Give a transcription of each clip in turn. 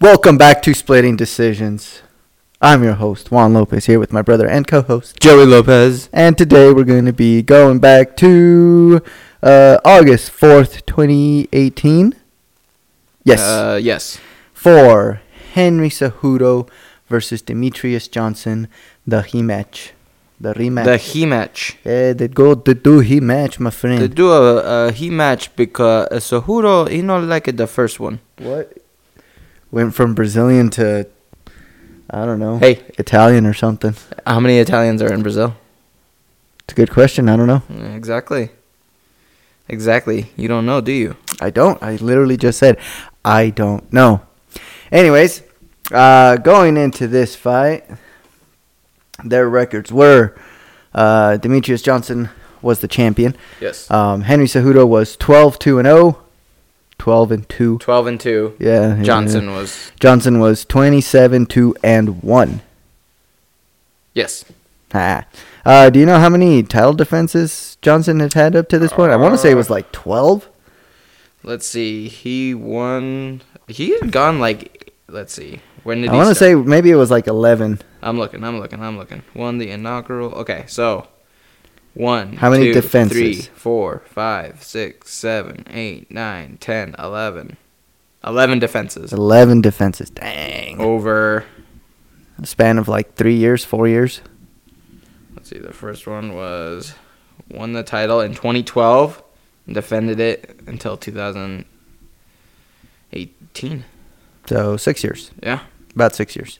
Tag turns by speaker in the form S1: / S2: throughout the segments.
S1: Welcome back to Splitting Decisions. I'm your host, Juan Lopez, here with my brother and co host,
S2: Joey Lopez.
S1: and today we're going to be going back to uh, August 4th, 2018. Yes,
S2: Uh, yes.
S1: for Henry Cejudo versus Demetrius Johnson, the he match. The rematch.
S2: The he match.
S1: yeah, they go the do he match, my friend.
S2: They do a, a uh, he match because uh, Sohuro, he not like it the first one.
S1: What? Went from Brazilian to I don't know.
S2: Hey.
S1: Italian or something.
S2: How many Italians are in Brazil?
S1: It's a good question. I don't know.
S2: Mm, Exactly. Exactly. You don't know, do you?
S1: I don't. I literally just said I don't know. Anyways, uh, going into this fight, their records were uh, Demetrius Johnson was the champion.
S2: Yes.
S1: Um, Henry Cejudo was 12 2 and 0. 12 and 2.
S2: 12 and 2.
S1: Yeah. yeah,
S2: Johnson
S1: yeah.
S2: was.
S1: Johnson was 27 2 and 1.
S2: Yes.
S1: Ah. Uh, do you know how many title defenses Johnson had had up to this point? I want to say it was like 12.
S2: Let's see. He won. He had gone like. Let's see. When did
S1: I
S2: he
S1: want to
S2: start?
S1: say maybe it was like 11.
S2: I'm looking. I'm looking. I'm looking. One the inaugural. Okay, so one.
S1: How many
S2: two,
S1: defenses?
S2: Three, four, five, six, seven, eight, nine, ten, eleven. Eleven defenses
S1: 11 defenses.
S2: Oh,
S1: Dang.
S2: over.
S1: Span of like three years, four years.
S2: Let's see. The first one was won the title in 2012 and defended it until 2018.
S1: So six years.
S2: Yeah.
S1: About six years.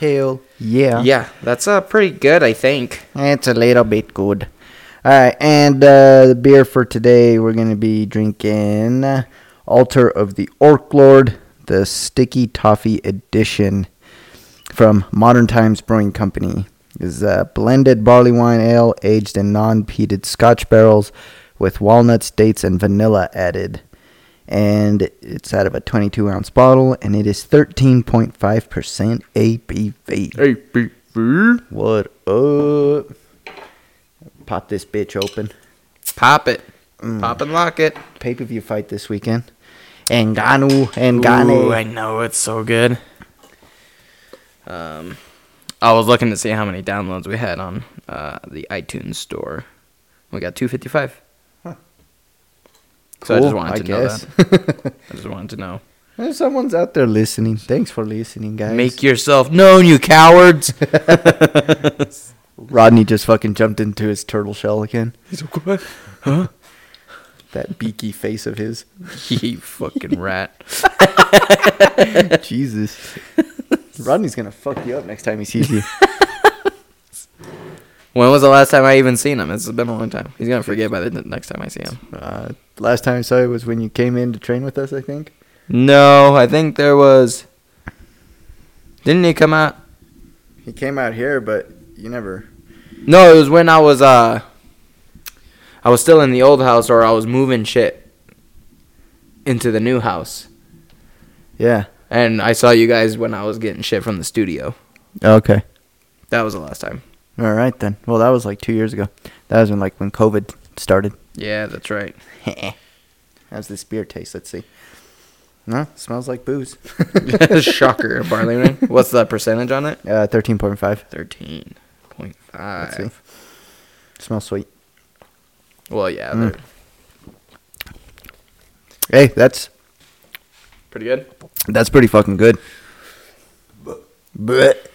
S1: Hell yeah.
S2: Yeah, that's uh pretty good, I think.
S1: It's a little bit good. All right, and uh, the beer for today, we're going to be drinking Altar of the Orc Lord, the Sticky Toffee Edition from Modern Times Brewing Company. Is a blended barley wine ale aged in non-peated Scotch barrels with walnuts, dates, and vanilla added. And it's out of a 22 ounce bottle, and it is 13.5% ABV. What up? Pop this bitch open.
S2: Pop it.
S1: Mm.
S2: Pop and lock it.
S1: Pay per view fight this weekend. Engano, Engano.
S2: Ooh, I know it's so good. Um, I was looking to see how many downloads we had on uh, the iTunes store. We got 255. So I just wanted to know that.
S1: that.
S2: I just wanted to know.
S1: If someone's out there listening, thanks for listening, guys.
S2: Make yourself known, you cowards.
S1: Rodney just fucking jumped into his turtle shell again.
S2: He's like, "What? Huh?
S1: That beaky face of his.
S2: you fucking rat.
S1: Jesus. Rodney's gonna fuck you up next time he sees you.
S2: When was the last time I even seen him? It's been a long time. He's gonna forget by the n- next time I see him.
S1: Uh, last time I saw you was when you came in to train with us, I think.
S2: No, I think there was. Didn't he come out?
S1: He came out here, but you never.
S2: No, it was when I was uh I was still in the old house or I was moving shit into the new house.
S1: Yeah.
S2: And I saw you guys when I was getting shit from the studio.
S1: Oh, Okay.
S2: That was the last time.
S1: All right then. Well, that was like two years ago. That was when like when COVID started.
S2: Yeah, that's right.
S1: How's this beer taste? Let's see. No, smells like booze.
S2: Shocker, a barley ring. What's the percentage on it?
S1: Uh, thirteen point five.
S2: 13.5.
S1: Let's see. Smells sweet.
S2: Well, yeah,
S1: Mm.
S2: they're
S1: Hey, that's
S2: pretty good.
S1: that's pretty fucking good. But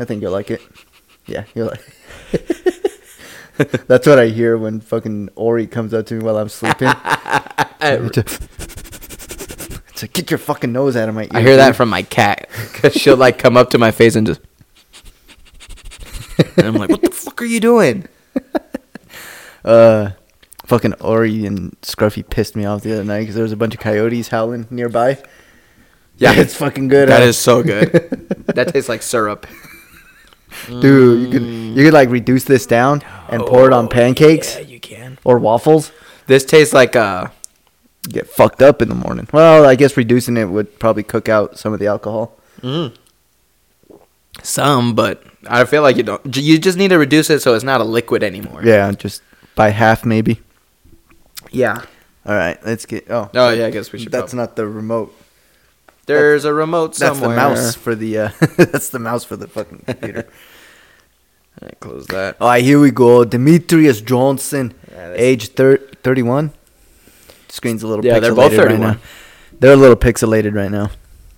S1: I think you'll like it. Yeah, you'll like. that's what I hear when fucking Ori comes up to me while I'm sleeping. it's like get your fucking nose out of my ear.
S2: I hear
S1: dude."
S2: that from my cat cuz she'll like come up to my face and just And I'm like, "What the fuck are you doing?"
S1: Uh, fucking Ori and Scruffy pissed me off the other night because there was a bunch of coyotes howling nearby. Yeah, it's fucking good.
S2: That
S1: huh?
S2: is so good. Mm. that tastes like syrup.
S1: dude. You could you could like reduce this down and pour it
S2: Oh,
S1: on pancakes
S2: you can.
S1: or waffles.
S2: This tastes like uh
S1: Get fucked up in the morning. Well, I guess reducing it would probably cook out some of the alcohol.
S2: some, but I feel like you don't. j- You just need to reduce it so it's not a liquid anymore.
S1: Yeah, just by half maybe.
S2: Yeah.
S1: All right, let's get. Oh,
S2: Oh yeah, I guess we should.
S1: that's
S2: That's
S1: not the remote.
S2: There's a remote
S1: That's
S2: somewhere.
S1: the mouse for the. Uh, that's the mouse for the fucking computer.
S2: I close that.
S1: All right, here we go. Demetrius Johnson,
S2: Yeah, that's-
S1: age thir- 31. Screen's a little
S2: Yeah,
S1: pixelated
S2: they're both
S1: right
S2: 31.
S1: now. They're a little pixelated right now.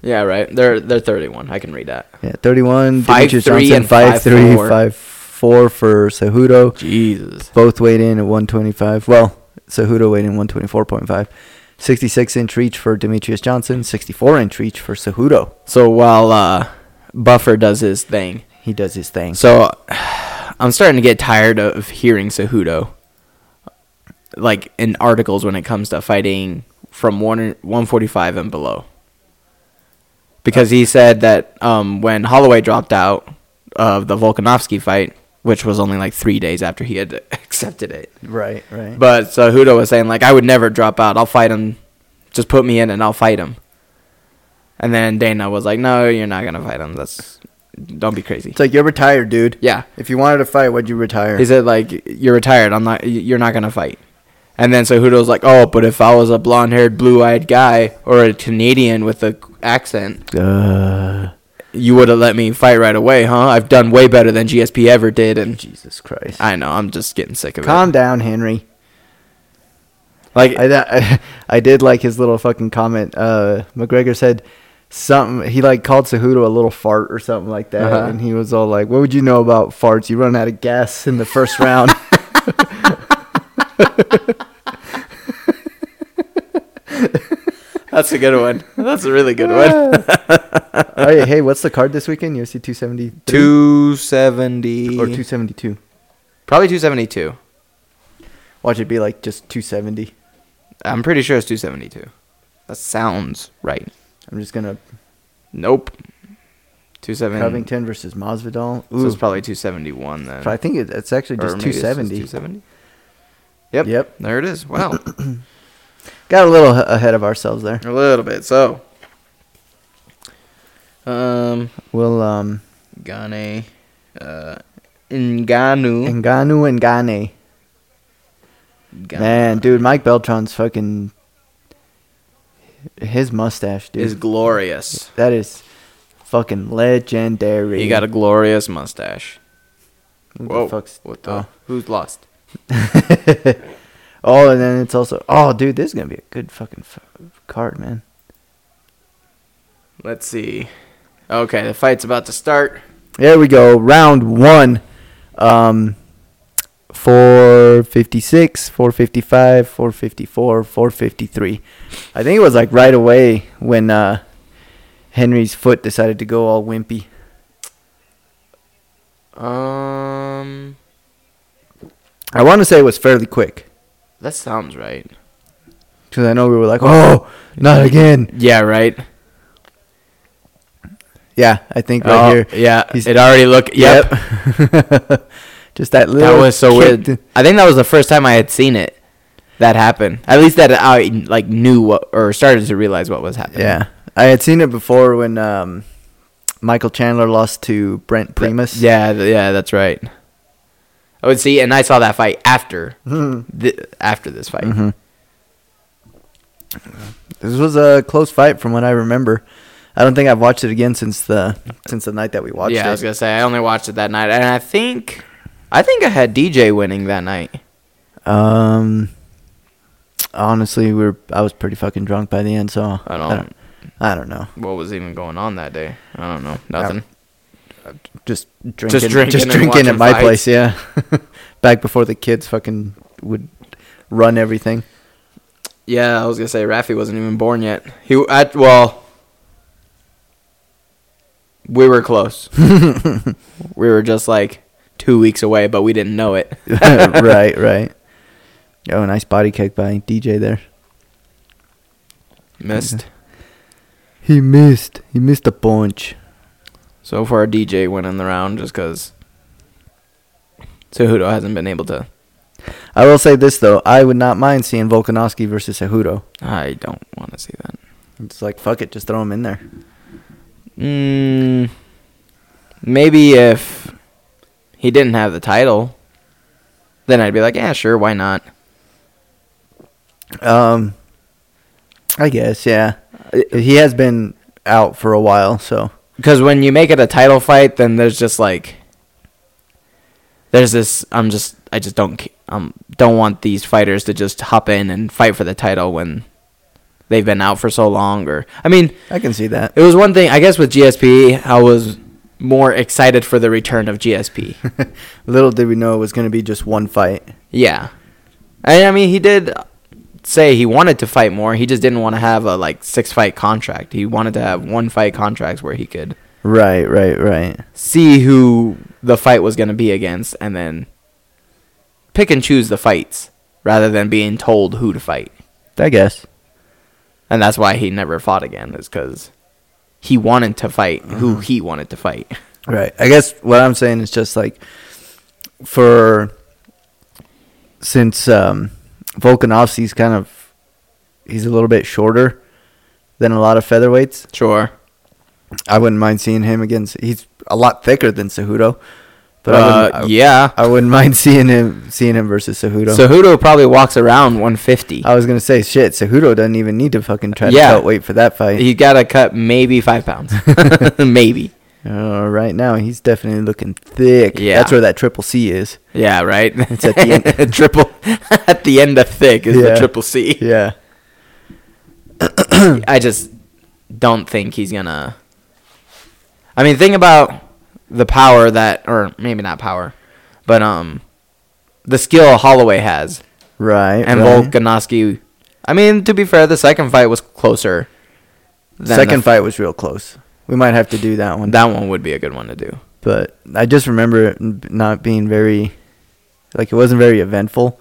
S2: Yeah, right. They're they're 31. I can read that.
S1: Yeah, 31.
S2: Five
S1: Demetrius
S2: three
S1: Johnson,
S2: and
S1: five
S2: five
S1: three,
S2: four.
S1: five four for Cejudo.
S2: Jesus.
S1: Both weighed in at 125. Well, Cejudo weighed in 124.5. 66 inch reach for Demetrius Johnson, 64 inch reach for Cejudo.
S2: So while uh, Buffer does his thing,
S1: He does his thing.
S2: so I'm starting to get tired of hearing Cejudo, like in articles when it comes to fighting from one 145 and below, because he said that um, when Holloway dropped out of the Volkanovski fight, which was only like three days after he had accepted it,
S1: Right, right.
S2: But Cejudo was saying like, I would never drop out. I'll fight him. Just put me in and I'll fight him. And then Dana was like, No, you're not gonna fight him. That's don't be crazy.
S1: it's like, you're retired, dude.
S2: Yeah,
S1: If you wanted to fight, why'd you retire?
S2: he said like, You're retired. I'm not. You're not gonna fight. And then Cejudo's like, Oh, but if I was a blonde-haired, blue-eyed guy or a Canadian with a accent,
S1: uh,
S2: you would have let me fight right away, huh? I've done way better than GSP ever did. And
S1: Jesus Christ.
S2: I know I'm just getting sick of
S1: Calm down, Henry.
S2: it. Like,
S1: I, I I did like his little fucking comment. Uh, McGregor said something. He like called Cejudo a little fart or something like that,
S2: Uh-huh.
S1: and he was all like, "What would you know about farts? You run out of gas in the first round."
S2: that's a good one. That's a really good one.
S1: oh yeah, hey, what's the card this weekend? UFC two seventy two
S2: 270
S1: or two seventy two.
S2: probably 272
S1: Watch it be like just two seventy.
S2: i'm pretty sure it's 272 that sounds right
S1: I'm just gonna
S2: nope 270
S1: Covington versus Masvidal.
S2: so
S1: Ooh,
S2: it's probably 271 then
S1: I think it, it's actually
S2: Or
S1: just
S2: maybe
S1: two
S2: it's
S1: seventy.
S2: 270 yep
S1: Yep.
S2: there it is wow
S1: Got a little a- ahead of ourselves there.
S2: a little bit so um
S1: We'll um,
S2: gane uh Nganu.
S1: Ngannou and Gane. Man, dude, Mike Beltran's fucking his mustache, dude.
S2: is glorious.
S1: that is fucking legendary.
S2: He got a glorious mustache.
S1: Who the
S2: Whoa!
S1: fuck's-
S2: what the? Who's lost?
S1: Oh. Oh, and then it's also oh, dude, this is gonna be a good fucking f- card, man.
S2: Let's see. Okay, the fight's about to start.
S1: There we go, round one. Um, four fifty six, four fifty five, four fifty four, four fifty three. I think it was like right away when uh, Henry's foot decided to go all wimpy.
S2: Um,
S1: I want to say it was fairly quick.
S2: that sounds right.
S1: Because I know we were like, oh, not again.
S2: Yeah, right.
S1: Yeah, I think right
S2: Oh,
S1: here.
S2: Yeah,
S1: He's-
S2: it already looked. Yep,
S1: Yep. Just that little.
S2: that was so
S1: kick
S2: weird. I think that was the first time I had seen it that happen. At least that I like knew what or started to realize what was
S1: to-
S2: happening.
S1: Yeah. I had seen it before when um, Michael Chandler lost to Brent Primus.
S2: Yeah, th- yeah, that's right. I would see, and I saw that fight after
S1: Mhm.
S2: thi- after this fight.
S1: Mhm. This was a close fight from what I remember. I don't think I've watched it again since the since the night that we watched
S2: yeah, I was
S1: it.
S2: gonna say I only watched it that night, and I think I think I had DJ winning that night.
S1: Um, honestly, we were I was pretty fucking drunk by the end, so
S2: I
S1: I
S2: don't.
S1: don't, I don't know.
S2: What was even going on that day? I don't know. Nothing.
S1: just drinking, just drinking,
S2: drinking and
S1: at
S2: watching
S1: my
S2: fights.
S1: place. Yeah, back before the kids fucking would run everything.
S2: Yeah, I was gonna say Rafi wasn't even born yet. He I, well, we were close. we were just like two weeks away, but we didn't know it.
S1: right, right. Oh, nice body kick by DJ there.
S2: Missed.
S1: He missed. He missed a punch.
S2: So far, DJ winning the round just because Cejudo hasn't been able to.
S1: I will say this though, I would not mind seeing Volkanovski versus Cejudo.
S2: I don't want to see that.
S1: It's like fuck it, just throw him in there.
S2: Mm, maybe if he didn't have the title, then I'd be like, yeah, sure, why not?
S1: Um, I guess yeah. He has been out for a while, so
S2: Because when you make it a title fight, then there's just like there's this. I'm just I just don't ca- um don't want these fighters to just hop in and fight for the title when they've been out for so long. Or I mean,
S1: I can see that.
S2: it was one thing I guess with GSP, I was more excited for the return of GSP.
S1: Little did we know it was going to be just one fight.
S2: yeah, and I mean he did say he wanted to fight more. He just didn't want to have a like six fight contract. He wanted to have one fight contracts where he could
S1: Right, right, right.
S2: see who the fight was going to be against and then pick and choose the fights rather than being told who to fight.
S1: I guess.
S2: And that's why he never fought again is cuz he wanted to fight who he wanted to fight.
S1: Right. I guess what I'm saying is just like for since um Volkanovski's kind of he's a little bit shorter than a lot of featherweights.
S2: Sure.
S1: I wouldn't mind seeing him against he's a lot thicker than Cejudo. But I
S2: uh,
S1: wouldn't, I,
S2: yeah.
S1: I wouldn't mind seeing him seeing him versus Cejudo.
S2: So Hudo probably walks around 150.
S1: I was gonna say shit, Cejudo doesn't even need to fucking try
S2: Yeah.
S1: to cut weight for that fight.
S2: He got to cut maybe 5 pounds. maybe.
S1: Uh, right now he's definitely looking thick.
S2: Yeah.
S1: That's where that triple C is.
S2: Yeah, right.
S1: It's at the
S2: end. triple at the end of thick is the
S1: Yeah.
S2: triple C.
S1: Yeah.
S2: I just don't think he's gonna. I mean, think about the power that, or maybe not power, but um, the skill Holloway has,
S1: Right.
S2: and
S1: right.
S2: Volkanovski. I mean, to be fair, the second fight was closer. than the
S1: Second
S2: f-
S1: fight was real close. We might have to do that one.
S2: that one would be a good one to do.
S1: but I just remember it n- not being very, like it wasn't very eventful.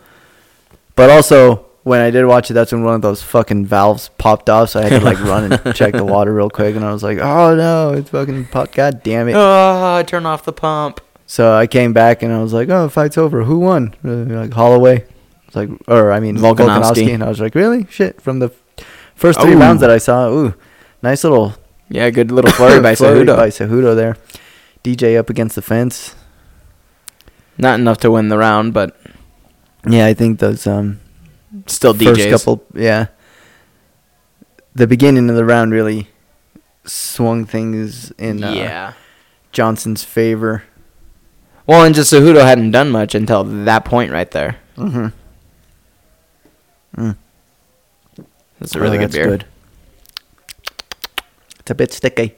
S1: But also when I did watch it, that's when one of those fucking valves popped off, so I had to like run and check the water real quick, and I was like, oh no, it's fucking popped. God damn it!
S2: Oh, turn off the pump.
S1: So I came back and I was like, oh, the fight's over. Who won? Uh, Like Holloway. It's like, or I mean
S2: Volkanovski.
S1: Volkanovski. and I was like, really? Shit! From the first three
S2: Ooh.
S1: rounds that I saw, ooh, nice little
S2: Yeah, good little flurry by
S1: Flurry by
S2: Cejudo.
S1: Cejudo there. DJ up against the fence.
S2: Not enough to win the round, but
S1: Yeah, I think those um
S2: still
S1: first
S2: DJs.
S1: couple yeah. The beginning of the round really swung things in uh,
S2: yeah.
S1: Johnson's favor.
S2: Well, and just Cejudo hadn't done much until that point right there.
S1: Mm-hmm.
S2: Oh, That's a really good beer.
S1: Oh, It's a bit sticky,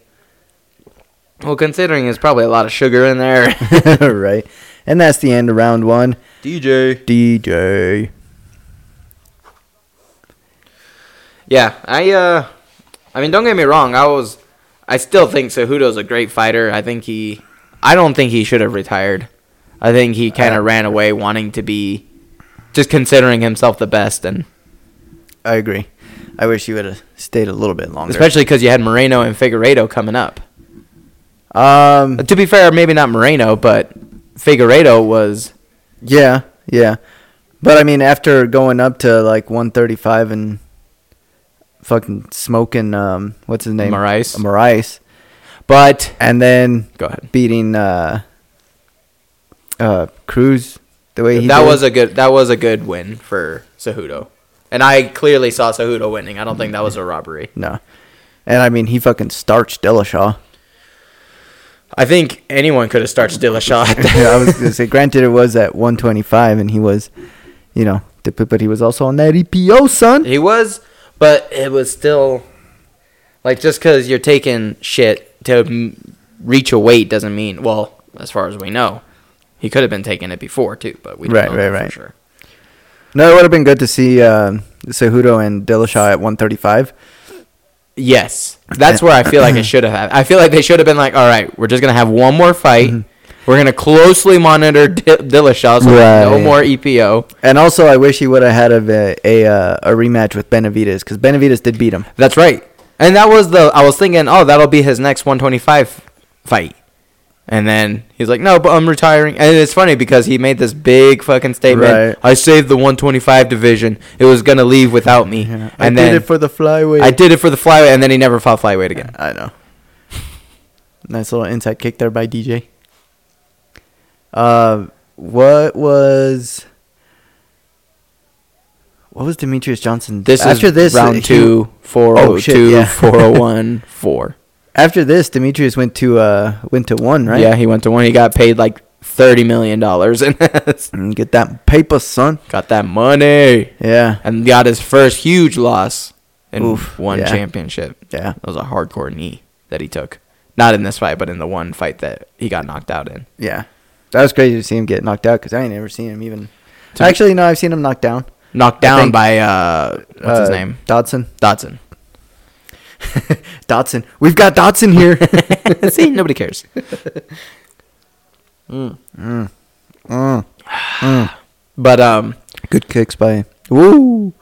S2: Well, considering there's probably a lot of sugar in there.
S1: right? And that's the end of round one.
S2: DJ.
S1: DJ.
S2: Yeah, I uh I mean don't get me wrong, I was I still think Cejudo's a great fighter. I think he I don't think he should have retired. I think he kind of ran away wanting to be just considering himself the best and
S1: I agree. I wish he would have stayed a little bit longer.
S2: especially cuz you had Moreno and Figueredo coming up.
S1: um,
S2: But to be fair, maybe not Moreno, but Figueredo was
S1: Yeah, yeah. But I mean, after going up to like 135 and fucking smoking, um, what's his name?
S2: Moraes.
S1: Moraes.
S2: but
S1: And then
S2: go ahead.
S1: beating uh, uh, Cruz the way he
S2: that
S1: did.
S2: was a good that was a good win for Cejudo. And I clearly saw Cejudo winning. I don't think that was a robbery.
S1: No. And I mean, he fucking starched Dillashaw.
S2: I think anyone could have started Dillashaw.
S1: I was going to say, granted, it was at 125 and he was, you know, but he was also on that EPO, son.
S2: he was, but it was still like just because you're taking shit to m- reach a weight doesn't mean well, as far as we know, he could have been taking it before too, but we don't
S1: Right,
S2: know
S1: right,
S2: that for
S1: right.
S2: sure.
S1: No, it would have been good to see uh, Cejudo and Dillashaw at 135.
S2: Yes, that's where I feel like it should have happened. I feel like they should have been like, all right, we're just gonna have one more fight.
S1: Mm-hmm.
S2: We're gonna closely monitor D- Dillashaw, so no
S1: Right.
S2: more E EPO.
S1: And also, I wish he would have had a a, uh, a rematch with Benavides because Benavides did beat him.
S2: That's right. And that was the I was thinking, oh, that'll be his next 125 fight. And then he's like, no, but I'm retiring. And it's funny because he made this big fucking statement.
S1: Right.
S2: I saved the 125 division. It was gonna leave without me. And
S1: I
S2: then
S1: did it for the flyweight.
S2: I did it for the flyweight, and then he never fought flyweight again.
S1: I know. nice little inside kick there by DJ. Uh, what was what was Demetrius Johnson?
S2: This is round oh,
S1: he-
S2: two, 402,
S1: shit, yeah.
S2: 401, 4.
S1: After this, Demetrius went to uh went to one, right?
S2: Yeah, he went to one. He got paid like thirty million dollars and
S1: Mm, Get that paper, son.
S2: got that money
S1: Yeah.
S2: and got his first huge loss in
S1: Oof,
S2: one
S1: yeah.
S2: championship.
S1: Yeah.
S2: That was a hardcore knee that he took. Not in this fight, but in the one fight that he got knocked out in.
S1: Yeah. That was crazy to see him get knocked out because I ain't never seen him even.
S2: To be-
S1: Actually, no, I've seen him knocked down.
S2: Knocked
S1: I
S2: down
S1: think-
S2: by uh what's his
S1: Uh,
S2: name?
S1: Dodson.
S2: Dodson.
S1: Dodson. We've got Dodson here.
S2: See, nobody cares.
S1: Mm.
S2: But um
S1: Good kicks by. Woo!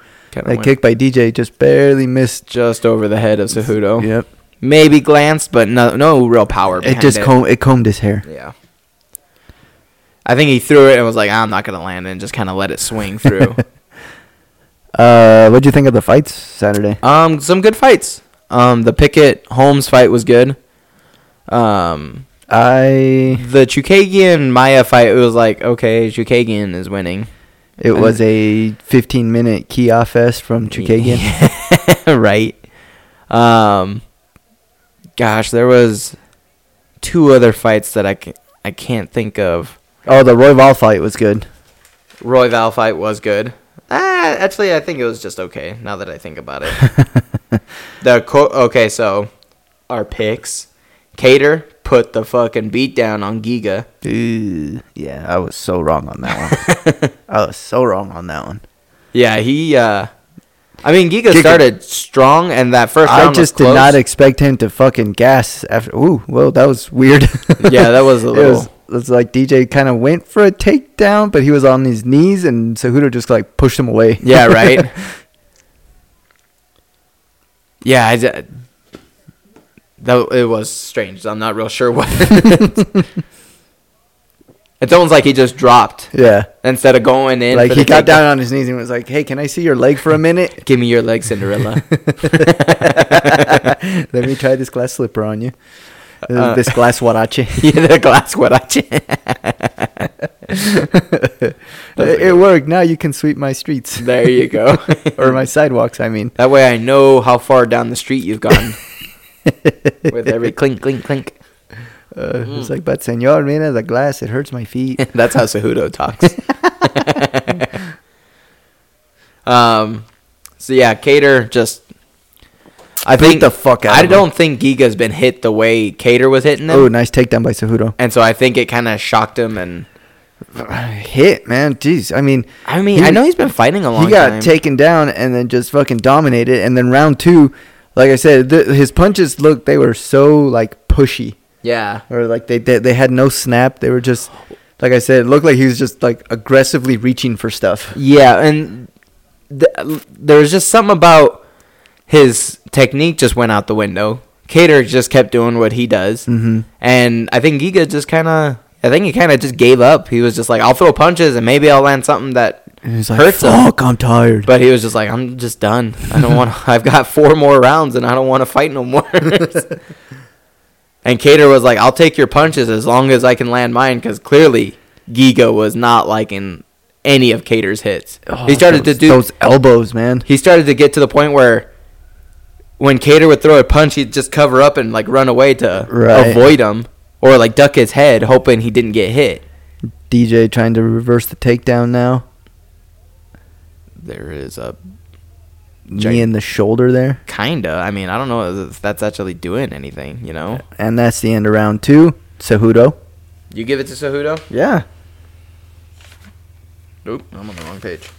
S1: That
S2: kinda went
S1: kick by DJ just barely missed.
S2: just over the head of Cejudo.
S1: Yep.
S2: Maybe glanced, but no no real power
S1: It
S2: behind
S1: just combed. It combed his hair.
S2: Yeah. I think he threw it and was like, "Ah, I'm not gonna land and just kinda let it swing through.
S1: Uh, what'd you think of the fights Saturday?
S2: Um, some good fights. Um, the Pickett Holmes fight was good. Um,
S1: I.
S2: the Chukagian Maya fight, it was like okay, Chukagian is winning.
S1: It was a 15 minute Kia fest from Chukagian.
S2: right? Um, gosh, there was two other fights that I can I can't think of.
S1: Oh, the Roy Val fight was good.
S2: Roy Val fight was good. Ah, actually, I think it was just okay. Now that I think about it, the co- okay, so our picks, Cater put the fucking beat down on Giga.
S1: Ooh, yeah, I was so wrong on that one. I was so wrong on that one.
S2: Yeah, he. uh I mean, Giga
S1: Giga-
S2: started strong, and that first round
S1: I just
S2: was
S1: did not
S2: close.
S1: expect him to fucking gas after. Ooh, well, that was weird.
S2: Yeah, that was a
S1: It
S2: little-
S1: was, it was like DJ kind of went for a takedown, but he was on his knees, and Cejudo just like pushed him away.
S2: yeah, right. yeah, I. d- That it was strange. I'm not real sure what. it's almost like he just dropped
S1: yeah.
S2: instead of going in.
S1: Like
S2: for the
S1: he got down
S2: takedown.
S1: on his knees and was like, "Hey, can I see your leg for a minute?
S2: Give me your leg, Cinderella.
S1: Let me try this glass slipper on you. This-
S2: Uh,
S1: this glass huarache.
S2: yeah, the glass guarache. was
S1: it,
S2: good.
S1: it worked. Now you can sweep my streets
S2: there you go.
S1: or my sidewalks. I mean,
S2: That way I know how far down the street you've gone with every clink, clink, clink.
S1: uh,
S2: Mm.
S1: it's like, but senor, mira the glass. It hurts my feet.
S2: That's how Cejudo talks. um, so yeah, Cater just. I
S1: Beat
S2: think
S1: the fuck out
S2: I
S1: of him.
S2: don't think Giga's been hit the way Cater was hitting him,
S1: Oh, nice takedown by Cejudo.
S2: and so I think it kind of shocked him. And
S1: Hit, man. Jeez. I mean,
S2: I mean,
S1: He-
S2: I know he's been fighting a long
S1: he got
S2: time.
S1: taken down and then just fucking dominated. And then round two, like I said, th- his punches looked they were so like pushy
S2: yeah,
S1: or like they, they they had no snap. They were just like I said, it looked like he was just like aggressively reaching for stuff.
S2: Yeah, and th- there was just something about his technique just went out the window. Cater just kept doing what he does,
S1: Mhm.
S2: and I think Giga just kind of, I think he kind of just gave up. He was just like, "I'll throw punches and maybe I'll land something that
S1: And he's like,
S2: hurts him."
S1: "Fuck, I'm tired."
S2: But he was just like, "I'm just done. I don't want. to I've got four more rounds, and I don't want to fight no more." and Cater was like, "I'll take your punches as long as I can land mine," because clearly Giga was not liking any of Cater's hits. he started
S1: those,
S2: to do
S1: those elbows, man.
S2: he started to get to the point where when Cater would throw a punch, he'd just cover up and like run away to
S1: Right.
S2: avoid him or like duck his head, hoping he didn't get hit.
S1: DJ trying to reverse the takedown now.
S2: There is a
S1: Knee in the shoulder there,
S2: kinda. I mean, I don't know if that's actually doing anything. You know,
S1: and that's the end of round two. Cejudo.
S2: you give it to Cejudo.
S1: Yeah.
S2: Oop, I'm on the wrong page.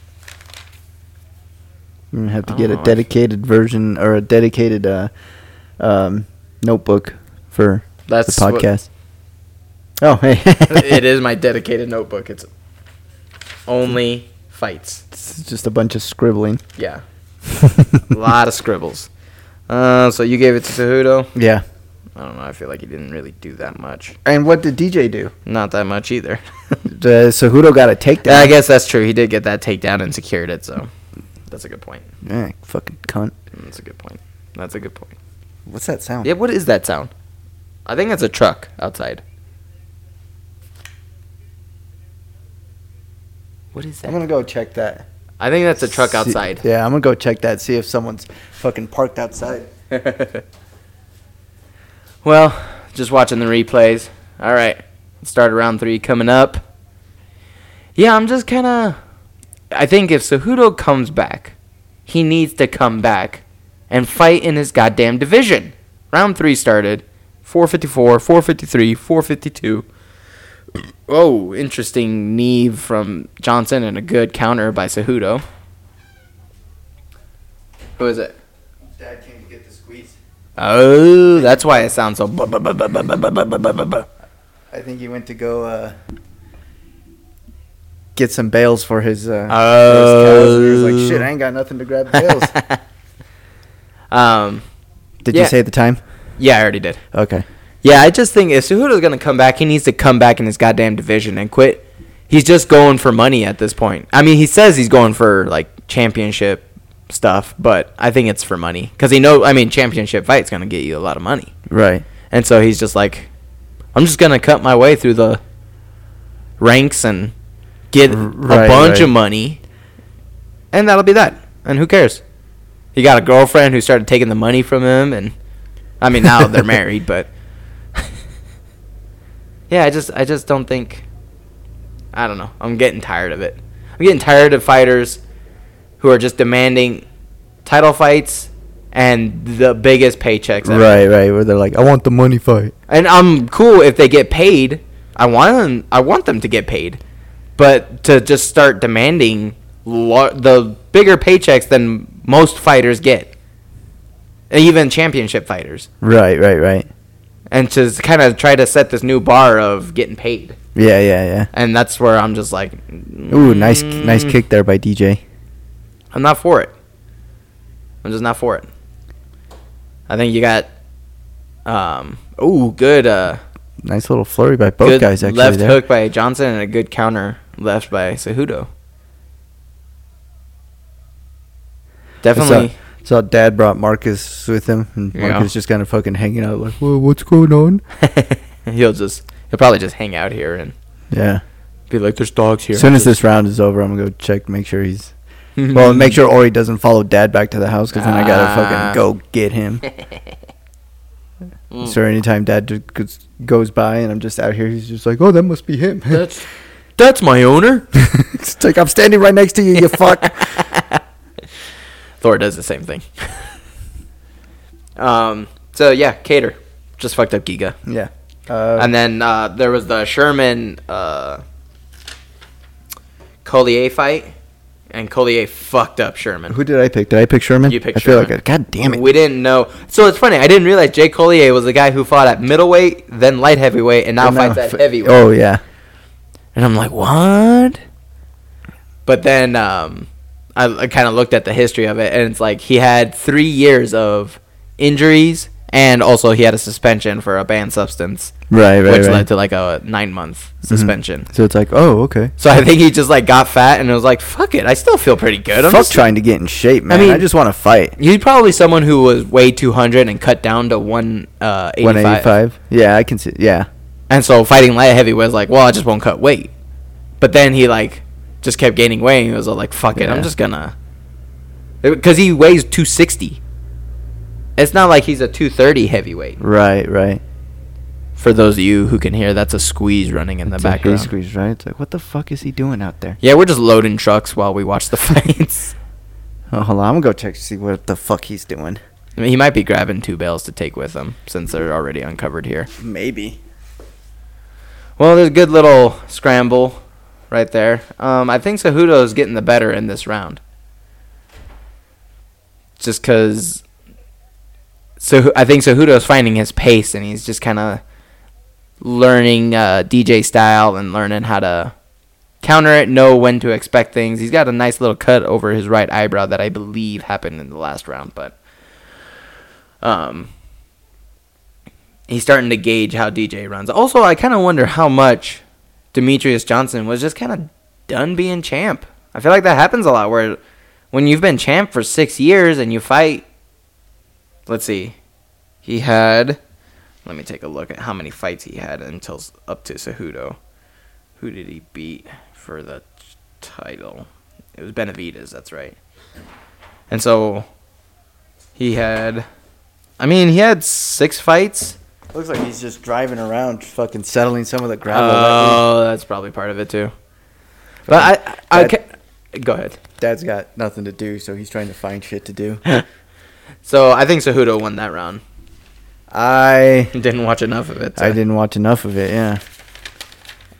S1: I'm gonna have to
S2: Oh, I
S1: get
S2: don't
S1: a
S2: know.
S1: dedicated version or a dedicated uh, um, notebook for
S2: That's
S1: the
S2: what-
S1: podcast. Oh, hey,
S2: it is my dedicated notebook. It's only fights.
S1: it's just a bunch of scribbling.
S2: Yeah, a lot of scribbles. Uh, so you gave it to Cejudo.
S1: Yeah.
S2: I don't know. I feel like he didn't really do that much.
S1: And what did DJ do?
S2: Not that much either.
S1: The Uh, Cejudo got a takedown.
S2: I guess that's true. He did get that takedown and secured it, so that's a good point.
S1: Eh, fucking cunt.
S2: That's a good point. That's a good point.
S1: What's that sound?
S2: Yeah, what is that sound? I think that's a truck outside. What is
S1: I'm
S2: that?
S1: gonna go check that.
S2: I think that's a truck
S1: See-
S2: outside.
S1: yeah, I'm gonna go check that. See if someone's fucking parked outside.
S2: Well, just watching the replays. All right, let's start round three coming up. Yeah, I'm just kind of. I think if Cejudo comes back, he needs to come back and fight in his goddamn division. Round three started. 454, 453, 452. Oh, interesting knee from Johnson and a good counter by Cejudo. Who is it?
S1: Dad came to get the squeeze.
S2: Oh, that's why it sounds so. bu- bu- bu- bu- bu- bu- bu- bu- bu- bu- bu.
S1: I think he went to go uh, get some bales for his. Uh, for his cows. He was
S2: Oh.
S1: like, shit, I ain't got nothing to grab bales.
S2: um,
S1: Did
S2: Yeah.
S1: you say at the time?
S2: yeah, I already did.
S1: Okay.
S2: Yeah, I just think if Cejudo's gonna come back, he needs to come back in his goddamn division and quit. He's just going for money at this point. I mean, he says he's going for like championship stuff, but I think it's for money because he know. I mean, championship fight's gonna get you a lot of money,
S1: Right.
S2: and so he's just like, I'm just gonna cut my way through the ranks and get
S1: R-
S2: a
S1: right,
S2: bunch
S1: right.
S2: of money, and that'll be that. And who cares? He got a girlfriend who started taking the money from him, and I mean now they're married, but yeah, I just I just don't think I don't know. I'm getting tired of it. I'm getting tired of fighters who are just demanding title fights and the biggest paychecks ever.
S1: Right, right. Where they're like, I want the money fight.
S2: And I'm cool if they get paid. I want them. I want them to get paid, but to just start demanding lar- the bigger paychecks than most fighters get, even championship fighters,
S1: Right, right, right.
S2: and to kind of try to set this new bar of getting paid.
S1: Yeah, yeah,
S2: And that's where I'm just like,
S1: yeah. Ooh, nice,
S2: mm,
S1: nice kick there by DJ.
S2: I'm not for it. I'm just not for it. I think you got, um, ooh, good, uh.
S1: Nice little flurry by both
S2: good
S1: guys actually.
S2: left
S1: there.
S2: hook by Johnson and a good counter left by Cejudo. Definitely.
S1: So Dad brought Marcus with him, and
S2: Yeah.
S1: Marcus just kind of fucking hanging out, like, "Whoa, what's going on?"
S2: he'll just he'll probably just hang out here and
S1: Yeah.
S2: be like, "There's dogs here."
S1: As soon as this round is over, I'm gonna go check, make sure he's well, make sure Ori doesn't follow Dad back to the house, because then I gotta
S2: Ah.
S1: fucking go get him.
S2: Mm.
S1: So anytime Dad just goes- goes by and I'm just out here, he's just like, "Oh, that must be him."
S2: that's that's my owner.
S1: it's like I'm standing right next to you, you fuck.
S2: Thor does the same thing. um. So yeah, Cater just fucked up Giga.
S1: Yeah. Uh,
S2: And then uh, there was the Sherman uh, Collier fight, and Collier fucked up Sherman.
S1: Who did I pick? Did I pick Sherman?
S2: You picked
S1: I feel
S2: Sherman.
S1: like I, God damn it.
S2: We didn't know. So it's funny. I didn't realize Jay Collier was the guy who fought at middleweight, then light heavyweight, and now
S1: And
S2: fights
S1: f-
S2: at heavyweight.
S1: Oh yeah.
S2: And I'm like, what? But then um, I, I kind of looked at the history of it, and it's like he had three years of injuries, and also he had a suspension for a banned substance,
S1: Right, right,
S2: which
S1: right.
S2: led to like a nine month suspension.
S1: So it's like, oh, okay.
S2: So I think he just like got fat and was like, "Fuck it, I still feel pretty good." I'm
S1: Fuck
S2: just-
S1: trying to get in shape, man. I,
S2: mean-
S1: just want to fight.
S2: He's probably someone who was way 200 and cut down to one uh, 185.
S1: 185. Yeah, I can see. Yeah,
S2: And so fighting light heavy was like, well, I just won't cut weight. But then he like just kept gaining weight and he was like, fuck it, I'm
S1: Yeah.
S2: just gonna. Because he weighs 260. It's not like he's a 230 heavyweight.
S1: right, right.
S2: For those of you who can hear, that's a squeeze running in the
S1: It's a hay
S2: background.
S1: squeeze, right? It's like, what the fuck is he doing out there?
S2: Yeah, we're just loading trucks while we watch the fights.
S1: Oh, hold on, I'm gonna go check to see what the fuck he's doing.
S2: I mean, he might be grabbing two bales to take with him since they're already uncovered here.
S1: Maybe.
S2: Well, there's a good little scramble right there. Um, I think Cejudo's getting the better in this round. Just because. So I think Cejudo's finding his pace and he's just kind of learning uh, DJ style and learning how to counter it, know when to expect things. He's got a nice little cut over his right eyebrow that I believe happened in the last round, but. Um, he's starting to gauge how DJ runs. Also, I kind of wonder how much Demetrius Johnson was just kind of done being champ. I feel like that happens a lot where when you've been champ for six years and you fight, let's see, he had, let me take a look at how many fights he had until s- up to Cejudo. Who did he beat for the t- title? It was Benavides, that's right. And so he had I mean, he had six fights,
S1: Looks like he's just driving around, fucking settling some of the gravel. Uh,
S2: Oh, that's probably part of it too. But I, I,
S1: That-
S2: ca- go ahead.
S1: Dad's got nothing to do, so he's trying to find shit to do.
S2: So I think Cejudo won that round.
S1: I
S2: Didn't watch enough of it. so-
S1: I didn't watch enough of it. Yeah.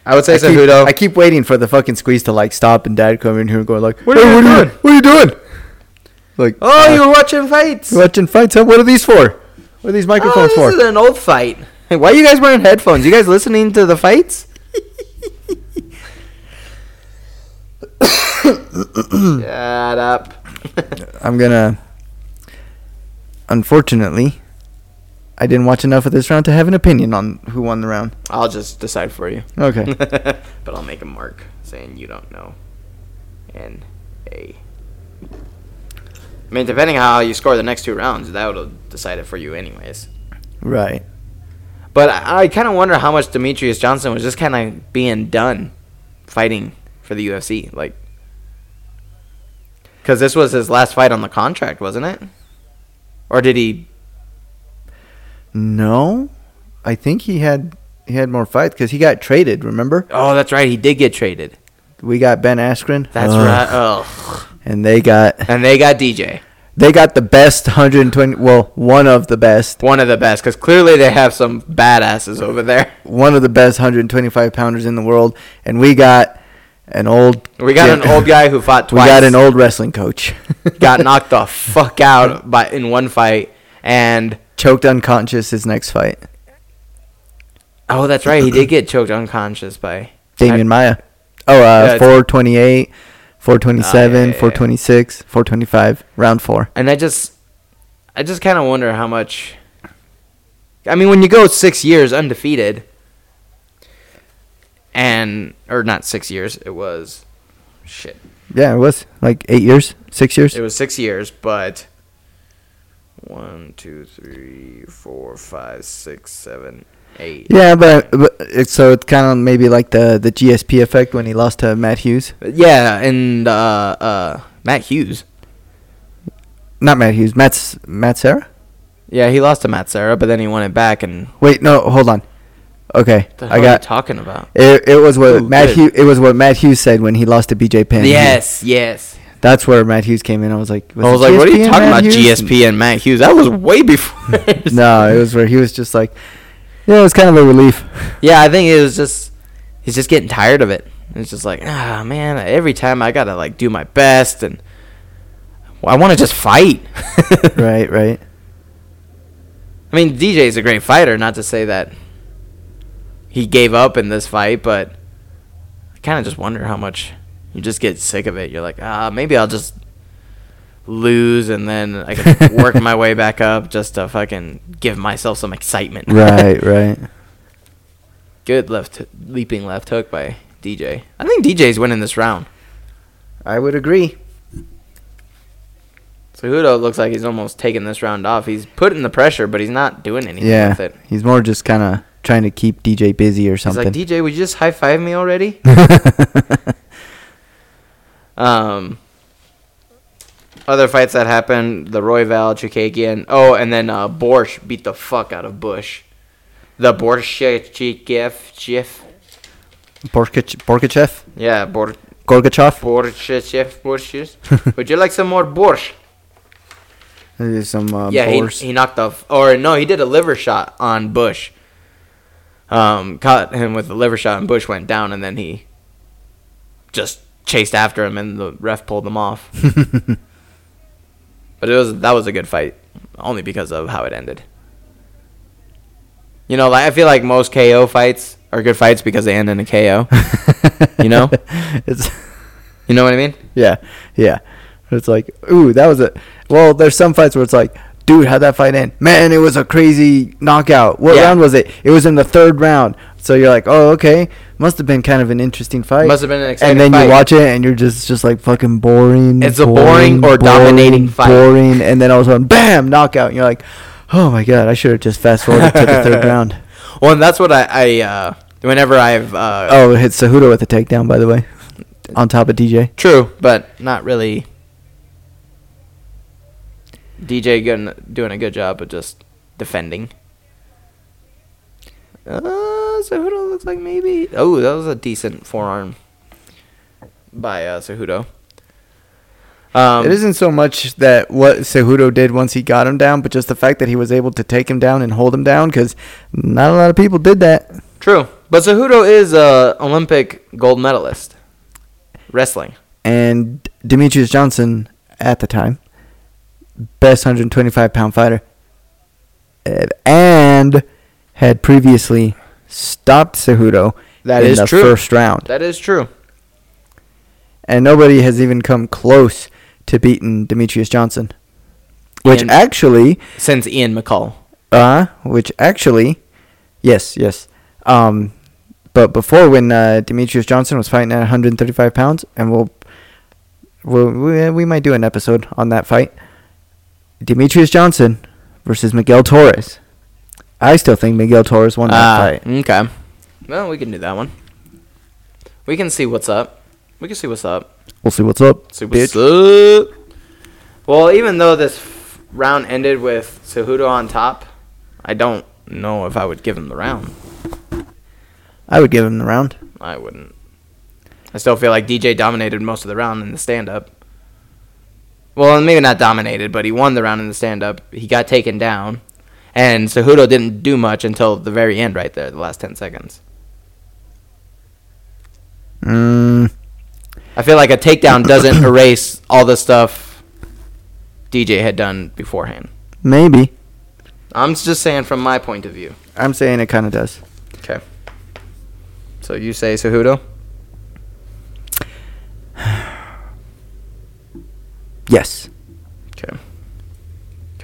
S2: I would say
S1: I keep,
S2: Cejudo.
S1: I keep waiting for the fucking squeeze to like stop and dad come in here and go like,
S2: What are you doing?
S1: What are you doing? Like,
S2: oh,
S1: uh,
S2: you were watching fights.
S1: you watching fights? Huh? What are these for? What are these microphones
S2: oh,
S1: for?
S2: this is an old fight. Hey, why are you guys wearing headphones? You guys listening to the fights? Shut up.
S1: I'm gonna. Unfortunately, I didn't watch enough of this round to have an opinion on who won the round.
S2: I'll just decide for you.
S1: Okay.
S2: but I'll make a mark saying you don't know. And a. I mean, depending on how you score the next two rounds, that'll decide it for you, anyways.
S1: right.
S2: But I, I kind of wonder how much Demetrius Johnson was just kind of being done fighting for the UFC, like because this was his last fight on the contract, wasn't it? Or did he?
S1: No, I think he had he had more fights because he got traded. Remember,
S2: Oh, that's right, he did get traded.
S1: we got Ben Askren.
S2: That's
S1: Ugh.
S2: right. Oh,
S1: And they got
S2: and they got DJ,
S1: they got the best 120. Well, one of the best,
S2: one of the best, because clearly they have some badasses over there.
S1: one of the best 125 pounders in the world, and we got an old.
S2: We got an old guy who fought
S1: We
S2: twice.
S1: got an old wrestling coach.
S2: got knocked the fuck out by in one fight, and
S1: choked unconscious his next fight.
S2: oh, that's right, he did get choked unconscious by
S1: Damien Maya. Oh,
S2: Yeah,
S1: uh,
S2: it's-
S1: 428, 427,
S2: Oh, yeah, yeah, yeah.
S1: 426, 425, round four.
S2: And I just, I just kind of wonder how much. I mean, when you go six years undefeated, and or not six years, it was, shit,
S1: Yeah, it was like eight years, six years.
S2: it was six years, but. One, two, three, four, five, six, seven, eight.
S1: Yeah, but, but it's, so it's kind of maybe like the the GSP effect when he lost to Matt Hughes.
S2: Yeah, and uh, uh, Matt Hughes.
S1: Not Matt Hughes, Matt's Matt Sarah.
S2: Yeah, he lost to Matt Sarah, but then he won it back. And
S1: Wait, no, hold on. Okay,
S2: the hell
S1: I
S2: are you
S1: got
S2: talking about?
S1: it. It was what
S2: Ooh,
S1: Matt
S2: good.
S1: Hughes. It was what Matt Hughes said when he lost to BJ Penn. He-
S2: Yes, yes.
S1: that's where Matt Hughes came in. I was like,
S2: I
S1: it
S2: was like, what are
S1: GSP
S2: you
S1: and
S2: talking
S1: Matt
S2: about,
S1: Hughes?
S2: GSP and Matt Hughes? That was way before.
S1: No, it was where he was just like, yeah, it was kind of a relief.
S2: Yeah, I think it was just he's just getting tired of it. It's just like, ah, man, every time I gotta like do my best, and I want to just fight.
S1: right, right.
S2: I mean, DJ's a great fighter, not to say that he gave up in this fight, but I kind of just wonder how much you just get sick of it. You're like, ah, maybe I'll just lose and then I can work my way back up just to fucking give myself some excitement.
S1: Right, right.
S2: Good left, leaping left hook by DJ. I think DJ's winning this round.
S1: I would agree.
S2: So Hudo looks like he's almost taking this round off. He's putting the pressure, but he's not doing anything
S1: Yeah,
S2: with it.
S1: he's more just kind of trying to keep DJ busy or
S2: He's
S1: something.
S2: like, DJ, would you just high five me already? Um, other fights that happened: the Roy Val, Chukagian. Oh, and then uh, Borsch beat the fuck out of Bush. The Borsch Chikif Chif.
S1: Borkach- Borkachev?
S2: Yeah, Bor
S1: Gorgachev?
S2: Borshchev Borshches. Would you like some more Borsch?
S1: There's Some uh,
S2: yeah, he,
S1: boars.
S2: he knocked off, or no, he did a liver shot on Bush. Um, caught him with a liver shot, and Bush went down, and then he just chased after him, and the ref pulled him off. but it was that was a good fight, only because of how it ended. You know, like I feel like most KO fights are good fights because they end in a KO. you know?
S1: it's
S2: you know what I mean?
S1: yeah, yeah. It's like, ooh, that was a. Well, there's some fights where it's like, dude, how'd that fight end? Man, it was a crazy knockout. What
S2: Yeah.
S1: round was it? It was in the third round. So you're like, oh, okay, must have been kind of an interesting fight.
S2: Must have been an exciting
S1: And then
S2: fight.
S1: you watch it, and you're just just like fucking boring.
S2: It's a boring or dominating fight.
S1: Boring, and then all of a sudden, bam, knockout. And you're like, oh my god, I should have just fast forwarded to the third round.
S2: Well, and that's what I, I uh, whenever I've uh,
S1: Oh, it hit Cejudo with a takedown, by the way, on top of DJ.
S2: True, but not really. DJ good, doing a good job of just defending. Uh, Cejudo looks like maybe. Oh, that was a decent forearm by uh, Cejudo. Um,
S1: it isn't so much that what Cejudo did once he got him down, but just the fact that he was able to take him down and hold him down because not a lot of people did that.
S2: true, but Cejudo is a Olympic gold medalist wrestling.
S1: And Demetrius Johnson, at the time, best 125 pound fighter, uh, and had previously stopped Cejudo
S2: That
S1: in
S2: is
S1: the
S2: true.
S1: first round.
S2: That is true.
S1: and nobody has even come close to beating Demetrius Johnson. Which
S2: Ian-
S1: actually,
S2: Since Ian McCall.
S1: uh, which actually, yes, yes. Um, but before when uh, Demetrius Johnson was fighting at 135 pounds, and we'll, we'll we, we might do an episode on that fight. Demetrius Johnson versus Miguel Torres. I still think Miguel Torres won that
S2: Ah,
S1: fight.
S2: Okay. Well, we can do that one. We can see what's up. We can see what's up.
S1: We'll see what's up.
S2: See what's
S1: bitch.
S2: up. Well, even though this f- round ended with Cejudo on top, I don't know if I would give him the round.
S1: I would give him the round.
S2: I wouldn't. I still feel like DJ dominated most of the round in the stand up. Well, maybe not dominated, but he won the round in the stand up. He got taken down. And Cejudo didn't do much until the very end, right there, the last 10 seconds.
S1: Mm,
S2: I feel like a takedown doesn't erase all the stuff DJ had done beforehand.
S1: maybe.
S2: I'm just saying from my point of view.
S1: I'm saying it kind of does.
S2: Okay. So you say Cejudo?
S1: Yes.
S2: Okay.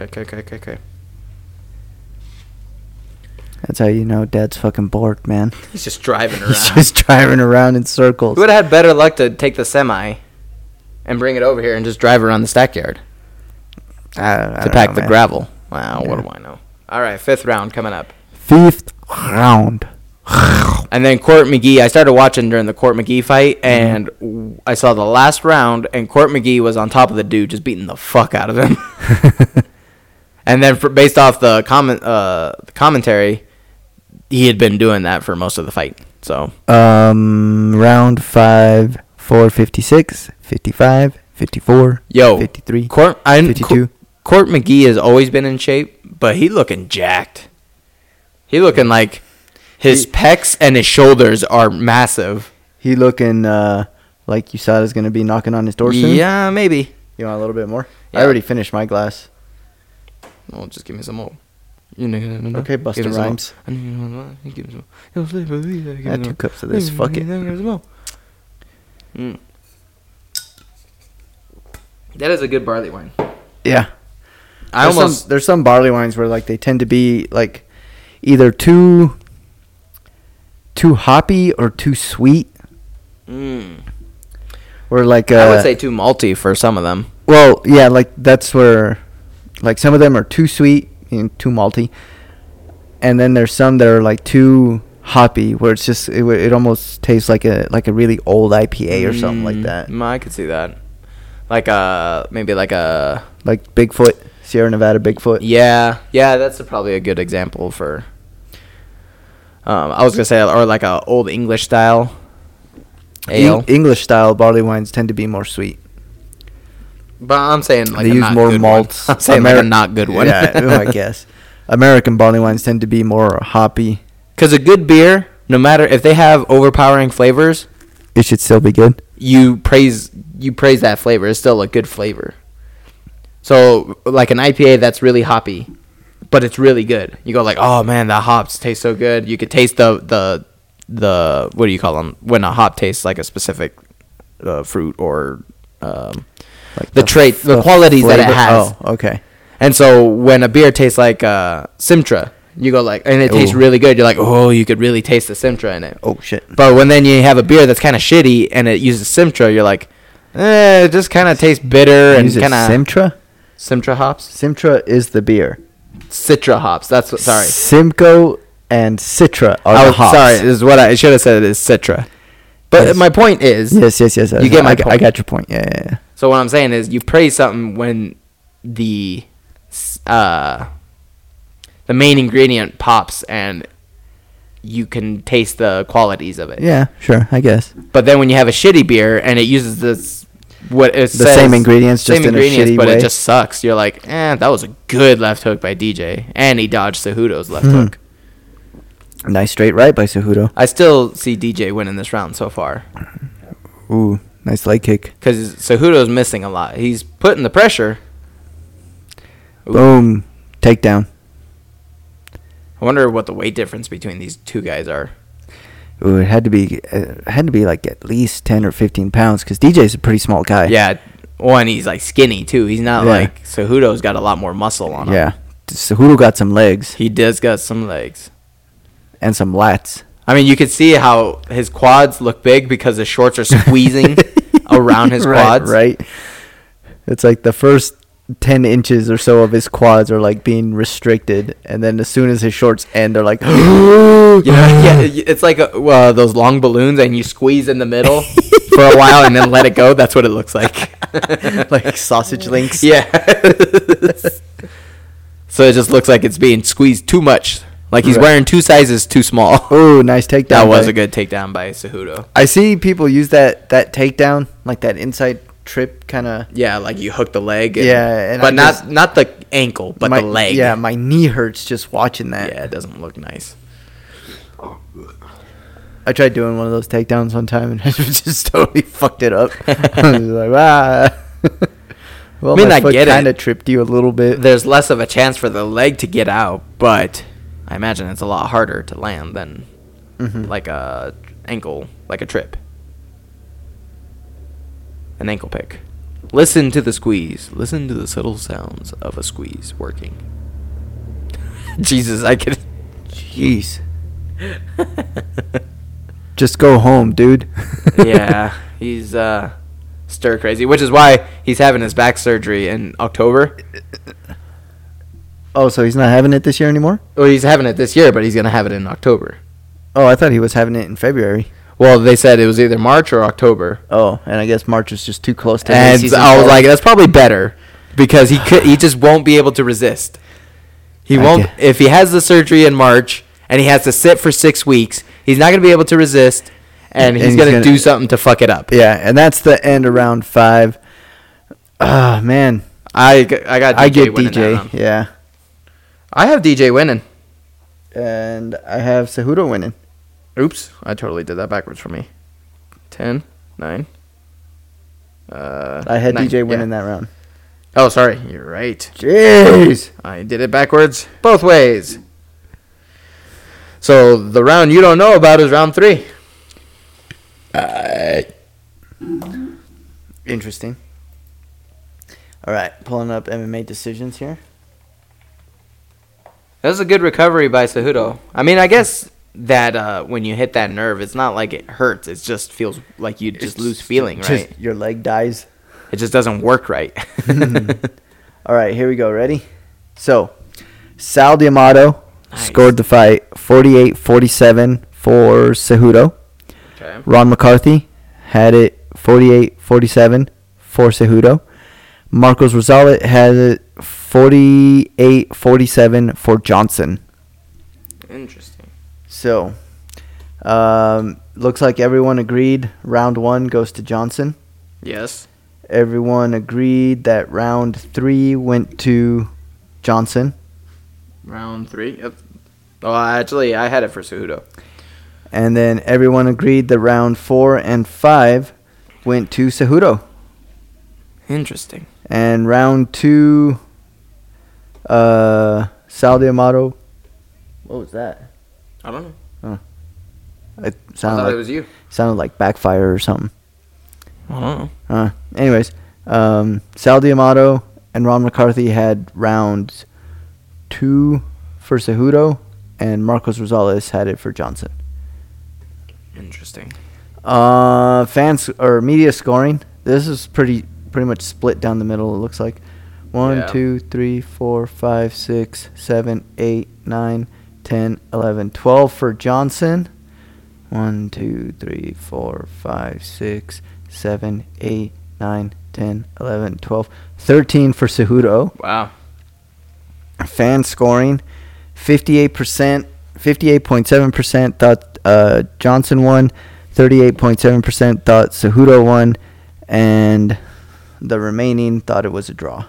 S2: Okay, okay, okay, okay.
S1: That's how you know dad's fucking bored, man.
S2: He's just driving around.
S1: He's just driving around in
S2: We
S1: circles.
S2: would have had better luck to take the semi and bring it over here and just drive around the stack yard to pack the gravel. Wow, what
S1: Yeah.
S2: do I know? All right, fifth round coming up.
S1: Fifth round.
S2: And then Court McGee, I started watching during the Court McGee fight, and w- I saw the last round, and Court McGee was on top of the dude, just beating the fuck out of him. and then, for, based off the comment, uh, the commentary, he had been doing that for most of the fight. So
S1: Um, round five, 456, 55, 54,
S2: Yo,
S1: 53.
S2: Court, I,
S1: 52.
S2: Court, Court McGee has always been in shape, but he looking jacked. He looking like his pecs and his shoulders are massive.
S1: He looking uh, like USADA's going to be knocking on his door soon.
S2: Yeah, maybe.
S1: You want a little bit more?
S2: Yeah.
S1: I already finished my glass.
S2: Well, just give me some more. You know,
S1: Okay, Busta
S2: Mm-hmm. give me some more.
S1: Rhymes.
S2: I need some more. You give me some more. You give me some
S1: I
S2: more.
S1: had two cups of this. Fuck it.
S2: Mm. That is a good barley wine.
S1: Yeah.
S2: I
S1: there's
S2: almost
S1: some, there's some barley wines where like they tend to be like either too too hoppy or too sweet.
S2: Mm.
S1: Or like uh,
S2: I would say too malty for some of them.
S1: well, yeah, like that's where like some of them are too sweet and too malty, and then there's some that are like too hoppy where it's just it, it almost tastes like a like a really old IPA or something like
S2: Mm,
S1: that,
S2: mm, I could see that. Like a maybe like a
S1: like Bigfoot Sierra Nevada Bigfoot.
S2: E- yeah yeah that's a- probably a good example for. Um, I was gonna say or like a old English style ale,
S1: Eng- English style barley wines tend to be more sweet.
S2: but I'm saying like
S1: they
S2: a
S1: use
S2: not
S1: more
S2: good
S1: malts.
S2: One. I'm saying like
S1: Ameri-
S2: a not good one.
S1: yeah, oh, I guess. American barley wines tend to be more hoppy.
S2: Because a good beer, no matter if they have overpowering flavors,
S1: It should still be good.
S2: you praise you praise that flavor. It's still a good flavor. So like an IPA that's really hoppy, but it's really good. You go like, oh man, the hops taste so good. You could taste the the the what do you call them when a hop tastes like a specific uh, fruit or um,
S1: Like
S2: the, trait, the, qualities that
S1: flavor-
S2: it has.
S1: Oh, okay.
S2: And so when a beer tastes like uh, Simtra, you go like, and it tastes
S1: Ooh.
S2: really good. You're like, oh, you could really taste the Simtra in it.
S1: Oh shit.
S2: But when then you have a beer that's kind of shitty and it uses Simtra, you're like, eh, it just kind of tastes bitter and
S1: Use it
S2: kind of
S1: Simtra.
S2: Simtra hops,
S1: Simtra is the beer.
S2: Citra hops. That's what, sorry.
S1: Simcoe and Citra are
S2: I
S1: the
S2: was,
S1: hops.
S2: sorry, is what I should have said is Citra. But
S1: Yes.
S2: my point is,
S1: Yes, yes, yes.
S2: You get my
S1: I, got- I
S2: point.
S1: got your point. Yeah, yeah, yeah.
S2: so what I'm saying is, you praise something when the s- uh, the main ingredient pops and you can taste the qualities of it.
S1: Yeah, sure, I guess.
S2: But then when you have a shitty beer and it uses this what it
S1: The same ingredients, just in a shitty
S2: but
S1: way.
S2: it just sucks. You're like, eh, that was a good left hook by DJ, and he dodged Cejudo's
S1: Hmm.
S2: left hook.
S1: Nice straight right by Cejudo.
S2: I still see DJ winning this round so far
S1: Ooh, nice leg kick.
S2: because Cejudo's missing a lot. He's putting the pressure. Ooh.
S1: Boom, takedown.
S2: I wonder what the weight difference between these two guys are.
S1: Ooh, it had to be uh, it had to be like at least ten or fifteen pounds because DJ's a pretty small guy.
S2: Yeah, one he's like skinny too. He's not
S1: Yeah.
S2: like Cejudo's got a lot more muscle on him.
S1: yeah. Cejudo got some legs
S2: he does got some legs.
S1: and some lats.
S2: I mean, you could see how his quads look big because his shorts are squeezing around his
S1: Right,
S2: quads.
S1: Right. It's like the first ten inches or so of his quads are like being restricted, and then as soon as his shorts end, they're like,
S2: You know, yeah, it's like uh uh, those long balloons, and you squeeze in the middle for a while, and then let it go. That's what it looks like.
S1: like sausage links.
S2: yeah. so it just looks like it's being squeezed too much. Like he's
S1: Right.
S2: wearing two sizes too small.
S1: Ooh, nice takedown.
S2: That was
S1: by-
S2: a good takedown by Cejudo.
S1: I see people use that that takedown, like that inside trip kind of.
S2: Yeah, like you hook the leg.
S1: Yeah, and
S2: but
S1: I
S2: not
S1: just-
S2: not the ankle, but the leg.
S1: Yeah, my knee hurts just watching that.
S2: yeah, it doesn't look nice.
S1: I tried doing one of those takedowns one time and I just totally fucked it up. I was like, ah. well,
S2: mean,
S1: my
S2: I
S1: foot
S2: get it.
S1: kind of tripped you a little bit.
S2: there's less of a chance for the leg to get out, but I imagine it's a lot harder to land than
S1: Mhm.
S2: like a ankle, like a trip. An ankle pick. Listen to the squeeze. Listen to the subtle sounds of a squeeze working. Jesus, I could
S1: Jeez. Just go home, dude.
S2: yeah, he's uh, stir crazy, which is why he's having his back surgery in October.
S1: oh, so he's not having it this year anymore?
S2: Well, he's having it this year, but he's gonna have it in October.
S1: Oh, I thought he was having it in February.
S2: Well, they said it was either March or October.
S1: Oh, and I guess March is just too close to his
S2: and
S1: season
S2: I was
S1: goal.
S2: like, that's probably better because he could he just won't be able to resist. He
S1: I
S2: won't
S1: get-
S2: if he has the surgery in March and he has to sit for six weeks. He's not gonna be able to resist, and he's,
S1: And he's
S2: gonna,
S1: gonna-
S2: do something to fuck it up.
S1: yeah, and that's the end of round five. Ah, man,
S2: I g- I got DJ
S1: I get
S2: winning that
S1: DJ.
S2: round.
S1: Yeah,
S2: I have DJ winning.
S1: and I have Cejudo winning.
S2: Oops, I totally did that backwards for me. Ten, nine. Uh,
S1: I had
S2: nine,
S1: DJ winning
S2: yeah.
S1: that round.
S2: Oh, sorry, you're right.
S1: Jeez.
S2: I did it backwards both ways. So the round you don't know about is round three.
S1: Uh, Interesting. All right, pulling up MMA decisions here.
S2: That was a good recovery by Cejudo. I mean, I guess that uh, when you hit that nerve, it's not like it hurts. It just feels like you just lose feeling,
S1: Just-
S2: right?
S1: your leg dies.
S2: It just doesn't work right. Mm-hmm.
S1: All right, here we go. Ready? So, Sal Diamato
S2: Nice.
S1: scored the fight 48-47 for Cejudo.
S2: okay.
S1: Ron McCarthy had it 48-47 for Cejudo. Marcos Rosales had it 48-47 for Johnson.
S2: Interesting.
S1: So, um, looks like everyone agreed round one goes to Johnson.
S2: Yes.
S1: Everyone agreed that round three went to Johnson.
S2: Round three. Yep. Oh, actually, I had it for Cejudo.
S1: And then everyone agreed that round four and five went to Cejudo.
S2: Interesting.
S1: And round two, uh, Sal D'Amato. What was that?
S2: I don't know.
S1: It
S2: I
S1: sounded
S2: thought
S1: like,
S2: it was you.
S1: sounded like backfire or something.
S2: I don't know.
S1: Uh, anyways, um, Sal D'Amato and Ron McCarthy had round two for Cejudo, and Marcos Rosales had it for Johnson.
S2: Interesting.
S1: Uh, fans or media scoring. This is pretty pretty much split down the middle. It looks like one,
S2: Yeah.
S1: two, three, four, five, six, seven, eight, nine, ten, eleven, twelve for Johnson. One, two, three, four, five, six, seven, eight, nine, ten, eleven, twelve, thirteen for Cejudo.
S2: Wow.
S1: Fan scoring, fifty-eight percent 58.7% thought uh, Johnson won, 38.7% thought Cejudo won, and the remaining thought it was a draw.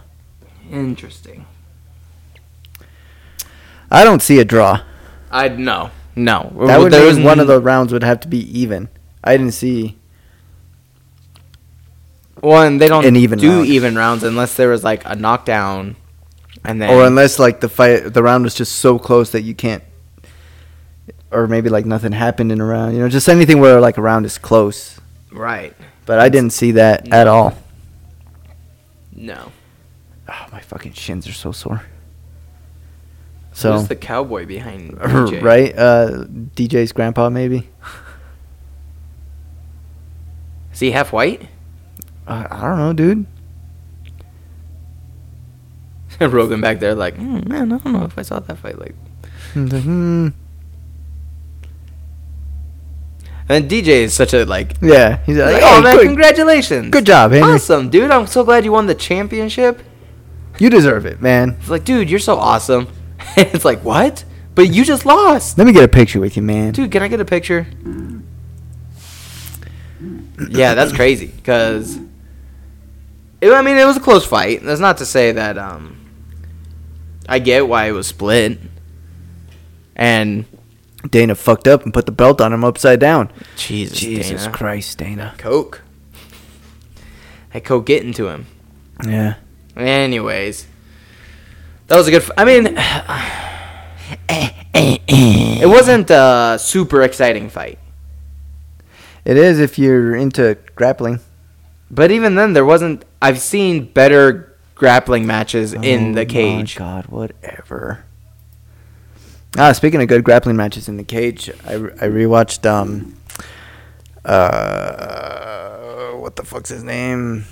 S2: Interesting.
S1: I don't see a draw.
S2: I no no.
S1: That would
S2: There
S1: mean
S2: was
S1: one of
S2: n-
S1: the rounds would have to be even. I didn't see.
S2: one. They don't
S1: an even
S2: do
S1: round.
S2: even rounds unless there was like a knockdown, and then
S1: Or unless like the fight, the round was just so close that you can't, or maybe like nothing happened in a round. You know, just anything where like a round is close.
S2: right
S1: But I didn't see that at all.
S2: no.
S1: Oh, my fucking shins are so sore.
S2: So
S1: So
S2: Who's the cowboy behind DJ?
S1: right, uh, DJ's grandpa maybe.
S2: Is he half white?
S1: Uh, I don't know, dude.
S2: Rogan back there like "Hmm, man. I don't know if I saw that fight like.
S1: He's like, hmm.
S2: And DJ is such a like.
S1: Yeah, he's like,
S2: like,
S1: "Hey,
S2: oh man,
S1: good,
S2: congratulations!
S1: good job, Henry.
S2: Awesome, dude. I'm so glad you won the championship.
S1: You deserve it, man.
S2: It's like, dude, you're so awesome. it's like, what? But you just lost.
S1: Let me get a picture with you, man.
S2: Dude, can I get a picture? yeah, that's crazy. Cause, it, I mean, it was a close fight. That's not to say that um, I get why it was split. And
S1: Dana fucked up and put the belt on him upside down.
S2: Jesus, Dana.
S1: Christ, Dana.
S2: Coke. That Coke getting to him.
S1: Yeah.
S2: Anyways, that was a good. F- I mean, it wasn't a super exciting fight,
S1: It is if you're into grappling.
S2: but even then, there wasn't. I've seen better grappling matches in the cage.
S1: Oh God, whatever. Ah, speaking of good grappling matches in the cage, I, re- I rewatched um uh what the fuck's his name?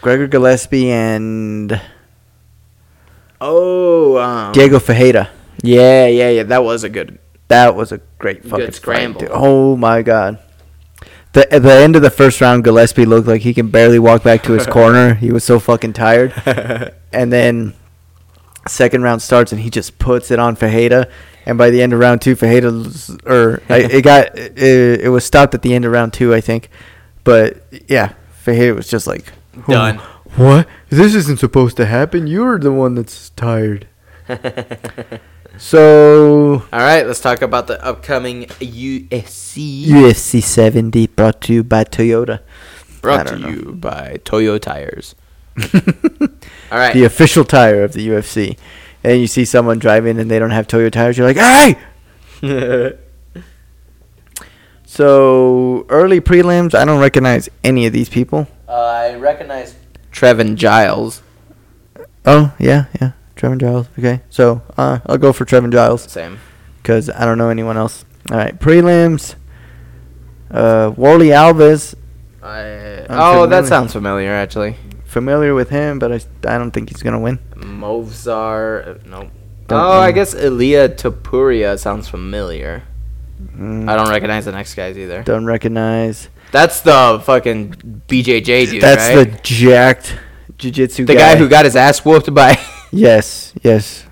S1: Gregor Gillespie and
S2: Oh, um,
S1: Diego Fajeda.
S2: yeah, yeah, yeah. That was a good.
S1: That was a great fucking
S2: Good scramble.
S1: Fight, dude. oh my god. The, at the end of the first round, Gillespie looked like he can barely walk back to his corner. He was so fucking tired. and then second round starts, and he just puts it on Fajeda. And by the end of round two, Fajeda was- or I, it got it, it was stopped at the end of round two, I think. But yeah, Fajeda was just like
S2: Done.
S1: What? This isn't supposed to happen. You're the one that's tired. so
S2: All right, let's talk about the upcoming USC.
S1: UFC 70 brought to you by Toyota, I
S2: Brought to
S1: don't know.
S2: you by Toyo Tires. All right.
S1: the official tire of the UFC. And you see someone driving and they don't have Toyo tires, you're like, hey! So, early prelims, I don't recognize any of these people.
S2: Uh, I recognize Trevin Giles.
S1: Oh, yeah, yeah. Trevin Giles. Okay. So, uh, I'll go for Trevin Giles
S2: Same.
S1: because I don't know anyone else. All right. Prelims. Uh, Warley Alves.
S2: I,
S1: I'm
S2: oh, that
S1: familiar.
S2: sounds familiar, actually.
S1: Familiar with him, but I, I don't think he's going to win.
S2: Movzar. uh, Nope.
S1: Don't
S2: oh, I
S1: know.
S2: guess Elia Topuria sounds familiar.
S1: Mm,
S2: I don't recognize the next guys either.
S1: Don't recognize.
S2: That's the fucking BJJ dude,
S1: That's
S2: right?
S1: the jacked jiu-jitsu
S2: the guy who got his ass whooped by.
S1: Yes, yes.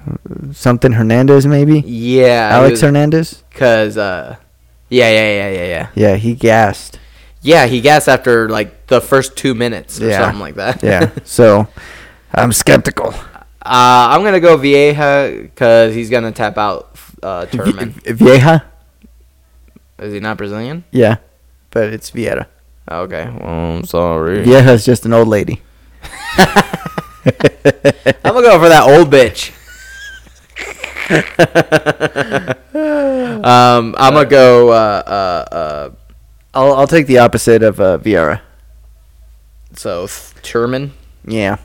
S1: Something Hernandez maybe?
S2: yeah.
S1: Alex Hernandez?
S2: Because, uh. Yeah, yeah, yeah, yeah, yeah.
S1: Yeah, he gassed.
S2: Yeah, he gassed after, like, the first two minutes or
S1: Yeah.
S2: something like that.
S1: Yeah. so I'm skeptical.
S2: Uh, I'm gonna go Vieja because he's gonna tap out uh, Turman.
S1: V- Vieja?
S2: Is he not Brazilian? Oh,
S1: Yeah. But it's Vieira.
S2: Okay. Well, I'm sorry.
S1: Vieja's just an old lady.
S2: I'm gonna go for that old bitch. um, I'm gonna go. Uh, uh, uh,
S1: I'll I'll take the opposite of uh Vieira.
S2: so th- Turman.
S1: Yeah.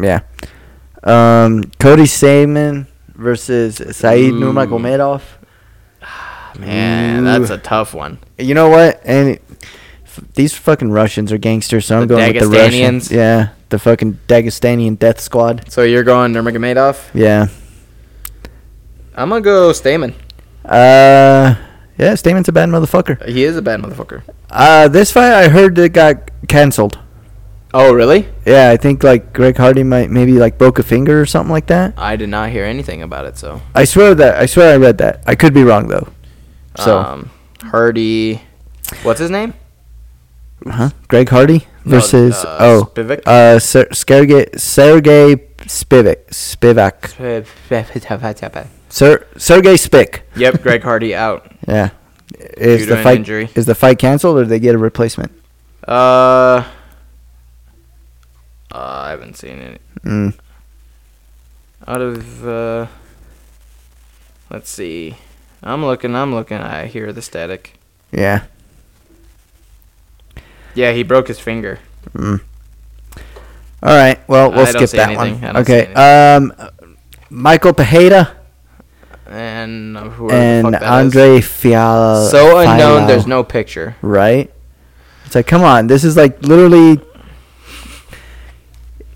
S1: Yeah. Um Cody Saman versus Said
S2: Ooh.
S1: Nurmagomedov.
S2: Man,
S1: Ooh.
S2: that's a tough one.
S1: You know what? And f- these fucking Russians are gangsters, so I'm
S2: The
S1: going with the Russians.
S2: Dagestanians?
S1: Yeah, the fucking Dagestanian death squad.
S2: So you're going Nurmagomedov.
S1: Yeah.
S2: I'm gonna go Stamen.
S1: Uh, yeah, Statement's a bad motherfucker.
S2: He is a bad motherfucker.
S1: Uh, this fight I heard it got canceled.
S2: Oh, really?
S1: Yeah, I think like Greg Hardy might maybe like broke a finger or something like that.
S2: I did not hear anything about it. So,
S1: I swear that I swear I read that. I could be wrong though. So,
S2: um, Hardy, what's his name?
S1: huh? Greg Hardy
S2: Um, No,
S1: versus
S2: uh,
S1: oh
S2: Spivak?
S1: uh Ser- Sergey Sergey Spivak Spivak Ser- Sergey Spik.
S2: yep, Greg Hardy out.
S1: Yeah. Is
S2: Due to
S1: the
S2: an
S1: fight
S2: injury.
S1: is the fight canceled or do they get a replacement?
S2: Uh, uh, I haven't seen it.
S1: Mm.
S2: Out of uh, let's see. I'm looking. I'm looking. I hear the static.
S1: Yeah.
S2: Yeah, he broke his finger.
S1: Mm. All right. Well, we'll
S2: I don't
S1: skip
S2: see
S1: that
S2: anything. I
S1: one.
S2: don't see
S1: Okay. Um, Michael Pajeda
S2: And uh, whoever the
S1: and
S2: fuck that is.
S1: Andre uh, Fiala.
S2: so unknown.
S1: Fiala.
S2: There's no picture.
S1: right? It's like, come on, this is like literally.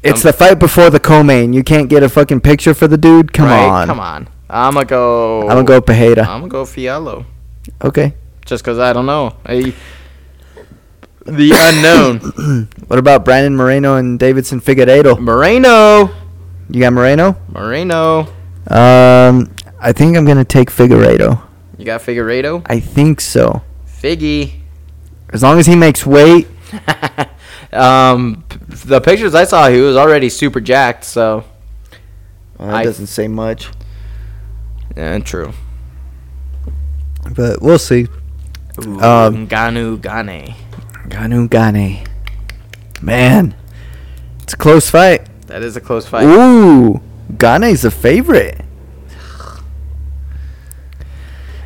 S1: It's
S2: Um,
S1: the fight before the co-main. You can't get a fucking picture for the dude. Come
S2: right?
S1: on,
S2: Come on. Um, I'ma go.
S1: I'm gonna go Pajeda.
S2: I'ma go Fiallo.
S1: Okay.
S2: Just 'cause I don't know. I, the unknown.
S1: What about Brandon Moreno and Davidson Figueiredo?
S2: Moreno.
S1: You got Moreno?
S2: Moreno.
S1: Um, I think I'm gonna take Figueiredo.
S2: You got Figueredo.
S1: I think so.
S2: Figgy.
S1: As long as he makes weight.
S2: um, p- the pictures I saw, he was already super jacked. So,
S1: Well,
S2: that I-
S1: doesn't
S2: doesn't
S1: say much,
S2: yeah, true.
S1: but we'll see.
S2: Ooh,
S1: Um,
S2: Ganu Gane.
S1: Ganu Gane. Man, it's a close fight.
S2: That is a close fight.
S1: Ooh, Gane's a favorite.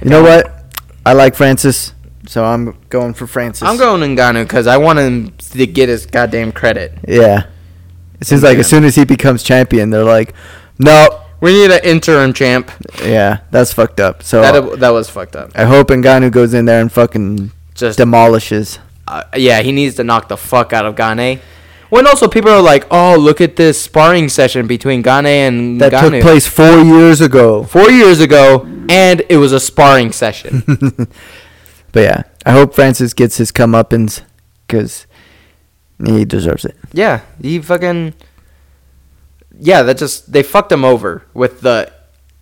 S1: You know what? I like Francis, so I'm going for Francis.
S2: I'm going Ngannou because I want him to get his goddamn credit.
S1: Yeah. It seems like as soon as he becomes champion, they're like, nope.
S2: We need an interim champ.
S1: Yeah, that's fucked up. So
S2: That that was fucked up.
S1: I hope Ngannou goes in there and fucking
S2: Just
S1: demolishes.
S2: uh, yeah, he needs to knock the fuck out of Gane. When also people are like, oh, look at this sparring session between Gane and
S1: That
S2: Ngannou.
S1: took place four years ago.
S2: four years ago, and it was a sparring session.
S1: But yeah, I hope Francis gets his comeuppance because he deserves it.
S2: yeah, he fucking. Yeah, that just they fucked him over with the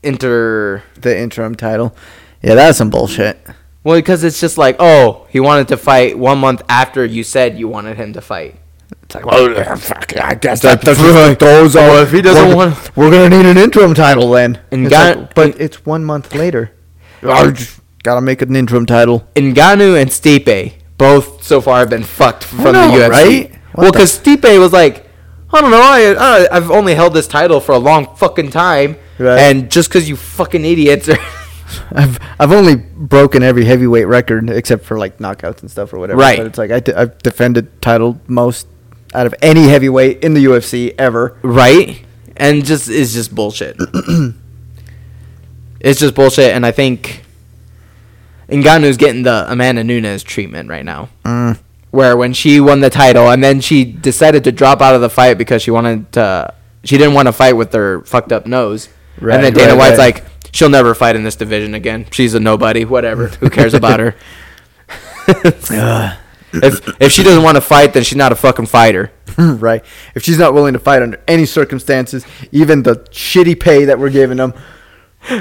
S2: inter.
S1: The interim title. Yeah, that's some bullshit.
S2: Well, because it's just like, oh, he wanted to fight one month after you said you wanted him to fight.
S1: Well, fuck, I guess
S2: that
S1: throws
S2: Well, if he doesn't
S1: we're,
S2: want-
S1: we're gonna need an interim title then.
S2: And
S1: It's
S2: got-
S1: like, but it's one month later. I just gotta make an interim title.
S2: Ngannou and Stipe both so far have been fucked from
S1: know,
S2: the UFC.
S1: right? What
S2: Well,
S1: the-
S2: because Stipe was like, I don't know, I, I I've only held this title for a long fucking time,
S1: Right.
S2: and just because you fucking idiots are
S1: I've I've only broken every heavyweight record except for like knockouts and stuff or whatever.
S2: Right.
S1: But it's like I d- I've defended title most out of any heavyweight in the UFC ever.
S2: right, and just it's just bullshit. it's just bullshit, and I think Ngannou's getting the Amanda Nunes treatment right now.
S1: Mm.
S2: where when she won the title and then she decided to drop out of the fight because she wanted to she didn't want to fight with her fucked up nose.
S1: Right,
S2: and then Dana
S1: right,
S2: White's
S1: right.
S2: like, she'll never fight in this division again. She's a nobody. Whatever. Who cares about her? if if she doesn't want to fight, then she's not a fucking fighter.
S1: right. If she's not willing to fight under any circumstances, even the shitty pay that we're giving them,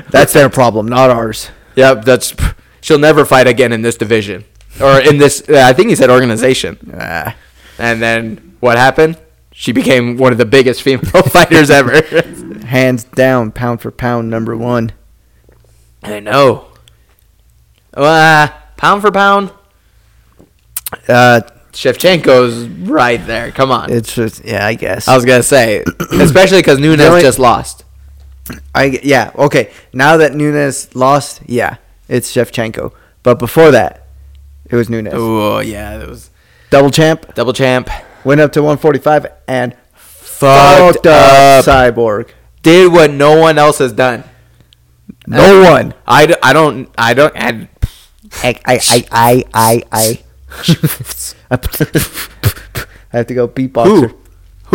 S1: that's their problem, not ours.
S2: Yep, that's she'll never fight again in this division or in this. I think he said organization.
S1: Ah.
S2: And then what happened? She became one of the biggest female fighters ever.
S1: hands down, pound for pound, number one.
S2: I know. Uh, pound for pound,
S1: Uh,
S2: Shevchenko's right there. Come on.
S1: it's just yeah, I guess.
S2: I was gonna say, especially because Nunes
S1: The only-
S2: just lost.
S1: I yeah, okay. Now that Nunes lost, yeah, it's Shevchenko. But before that, it was Nunes.
S2: Oh yeah, that was
S1: Double champ
S2: double champ.
S1: went up to 145 and
S2: Fucked,
S1: fucked up
S2: up.
S1: Cyborg.
S2: Did what no one else has done.
S1: No
S2: Uh,
S1: one.
S2: I, d- I don't. I don't. I,
S1: I I I I I. I I have to go beatboxer.
S2: who?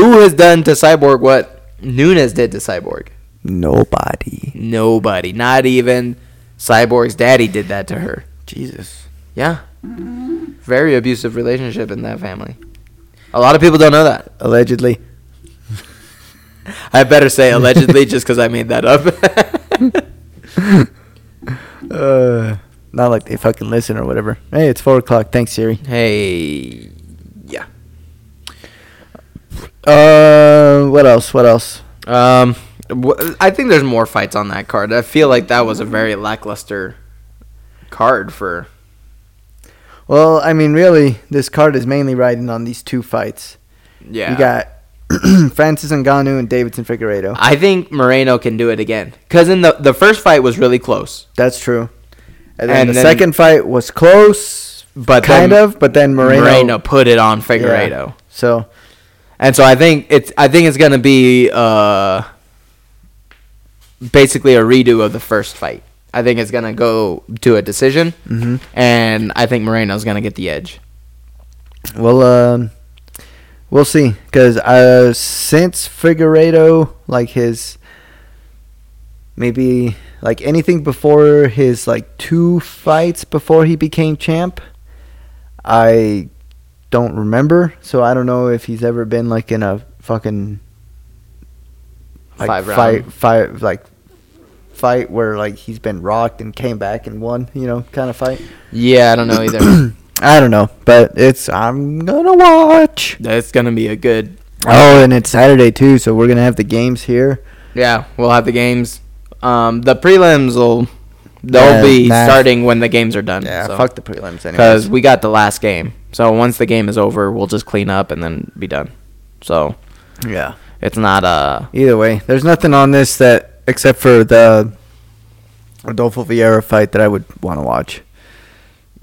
S2: Who has done to Cyborg what Nunes did to Cyborg?
S1: Nobody.
S2: Nobody. Not even Cyborg's daddy did that to her.
S1: Jesus.
S2: Yeah. Very abusive relationship in that family. A lot of people don't know that.
S1: Allegedly.
S2: I better say allegedly just because I made that up.
S1: Uh, not like they fucking listen or whatever. Hey, it's four o'clock. Thanks, Siri.
S2: hey, yeah.
S1: Uh, what else? What else?
S2: Um, wh- I think there's more fights on that card. I feel like that was a very lackluster card for.
S1: Well, I mean, really, this card is mainly riding on these two fights.
S2: Yeah.
S1: You got Francis Ngannou and Davidson Figueredo.
S2: I think Moreno can do it again because in the the first fight was really close,
S1: That's true. And then
S2: And
S1: the
S2: then-
S1: second fight was close,
S2: but
S1: kind
S2: then
S1: of, but then Moreno.
S2: Moreno, put it on
S1: yeah.
S2: Figueredo,
S1: So
S2: and so I think it's I think it's gonna be uh basically a redo of the first fight. I think it's gonna go to a decision,
S1: Mhm.
S2: and I think Moreno's gonna get the edge.
S1: Well, um, we'll see. Because uh, since Figueredo, like his, maybe like anything before his like two fights before he became champ, I don't remember. So I don't know if he's ever been like in a fucking like
S2: Five
S1: fight,
S2: round.
S1: fight, like fight where like he's been rocked and came back and won. You know, kind of fight.
S2: Yeah, I don't know either.
S1: I don't know, but it's I'm gonna watch.
S2: That's gonna be a good.
S1: Oh, and it's Saturday too, so we're gonna have the games here.
S2: Yeah, we'll have the games. Um, the prelims will they'll
S1: Yeah,
S2: be
S1: nah.
S2: starting when the games are done. so.
S1: fuck the prelims
S2: because
S1: anyways.
S2: we got the last game. So once the game is over, we'll just clean up and then be done. So
S1: Yeah.
S2: it's not uh
S1: Either way, there's nothing on this that except for the Adolfo Vieira fight that I would want to watch,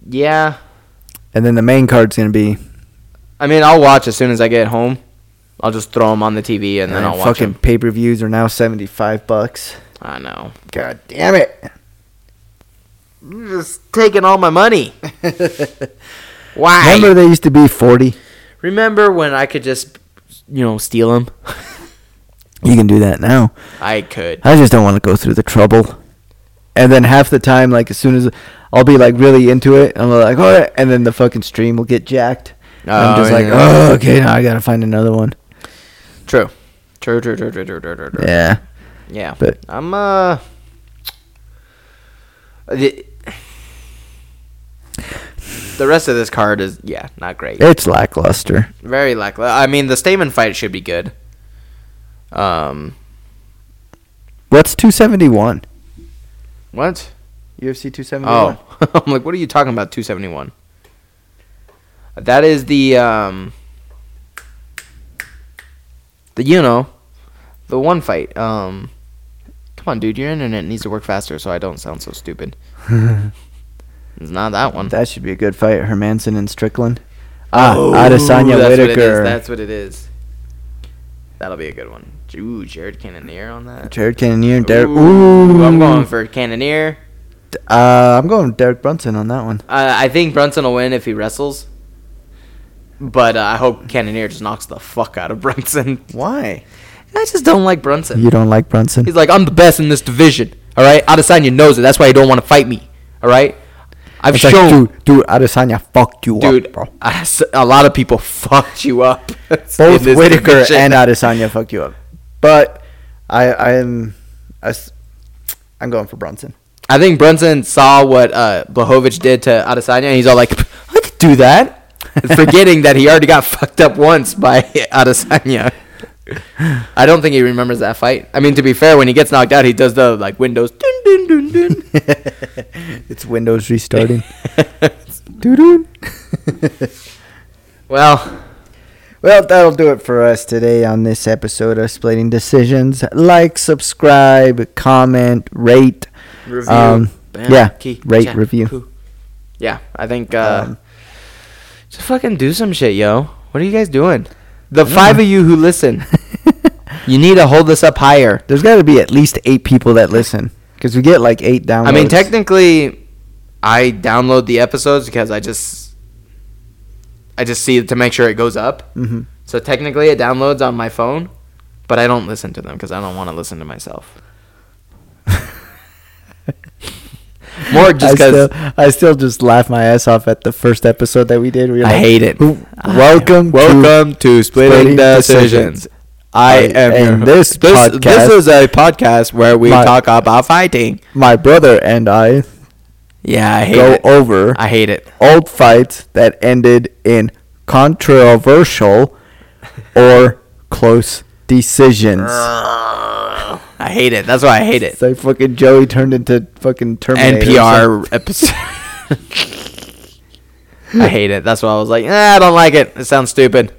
S2: yeah.
S1: and then the main card's gonna be
S2: I mean, I'll watch as soon as I get home. I'll just throw them on the TV and then I'll
S1: Man,
S2: watch
S1: fucking
S2: them.
S1: pay per views are now seventy five bucks.
S2: I know.
S1: God damn it!
S2: You're just taking all my money. Why?
S1: Remember
S2: Remember,
S1: they used to be forty.
S2: when I could just you know steal them?
S1: You can do that now.
S2: I could.
S1: I just don't want to go through the trouble. And then half the time, like as soon as I'll be like really into it, and I'm like, all right, and then the fucking stream will get jacked. I'm
S2: Oh,
S1: just like,
S2: yeah.
S1: oh, okay, now I gotta find another one.
S2: True. True. True. True. True. True. True. True. true.
S1: Yeah,
S2: Yeah.
S1: But-
S2: I'm uh. The, the rest of this card is yeah not great.
S1: it's lackluster.
S2: Very likely. I mean, the Stamen fight should be good. Um,
S1: What's 271?
S2: what?
S1: UFC 271.
S2: Oh, I'm like, what are you talking about? Two seventy one. That is the um. The you know, the one fight. Um, come on, dude, your internet needs to work faster so I don't sound so stupid. it's not that Oh. one.
S1: that should be a good fight. Hermanson and Strickland. Ah,
S2: Ooh,
S1: Adesanya
S2: Oh, that's What it
S1: Whitaker.
S2: is. That's what it is. That'll be a good one. Ooh, Jared Cannonier on that.
S1: Jared Cannonier. Derek.
S2: Ooh,
S1: Ooh,
S2: I'm going for Cannonier.
S1: Uh, I'm going Derek Brunson on that one.
S2: Uh, I think Brunson will win if he wrestles. But uh, I hope Cannonier just knocks the fuck out of Brunson.
S1: Why?
S2: I just don't like Brunson.
S1: You don't like Brunson?
S2: He's like, I'm the best in this division. All right, Adesanya knows it. That's why you don't want to fight me. All right, I've
S1: It's like,
S2: shown.
S1: dude, dude, Adesanya fucked you up,
S2: Dude,
S1: bro.
S2: I s- a lot of people fucked you up.
S1: both Whitaker and Adesanya fuck you up. But I I am I, s- I'm going for Brunson.
S2: I think Brunson saw what uh, Blahovich did to Adesanya, and he's all like, "I could do that," forgetting that he already got fucked up once by Adesanya. I don't think he remembers that fight. I mean, to be fair, when he gets knocked out, he does the like windows. Dun, dun, dun, dun.
S1: it's Windows restarting. Doo-doo.
S2: well,
S1: well, that'll do it for us today on this episode of Splitting Decisions. Like, subscribe, comment, rate.
S2: review.
S1: Um,
S2: Bam,
S1: yeah,
S2: key,
S1: rate,
S2: chat,
S1: review.
S2: poo. Yeah, I think uh,
S1: Um,
S2: just fucking do some shit, yo. What are you guys doing? The five of you who listen, you need to hold this up higher.
S1: There's got to be at least eight people that listen because we get like eight downloads.
S2: I mean, technically, I download the episodes because I just, I just see it to make sure it goes up.
S1: Mhm.
S2: So technically, it downloads on my phone, but I don't listen to them because I don't want to listen to myself. More just
S1: I still,
S2: because
S1: I still just laugh my ass off at the first episode that we did. We were
S2: I
S1: like,
S2: hate it.
S1: "Who-
S2: I-
S1: welcome, to
S2: welcome to splitting
S1: Splitting
S2: decisions.
S1: Decisions.
S2: I
S1: Right, and
S2: am your
S1: this
S2: this This
S1: podcast-
S2: is a podcast where we
S1: My-
S2: talk about fighting.
S1: my brother and I
S2: Yeah, I hate
S1: go
S2: it.
S1: over
S2: I hate it.
S1: old fights that ended in controversial or close decisions.
S2: I hate it. That's why Oh, I hate it.
S1: It's like fucking Joey turned into fucking Terminator. or
S2: NPR episode. I hate it. That's why I was like, "Ah, I don't like it. It sounds stupid.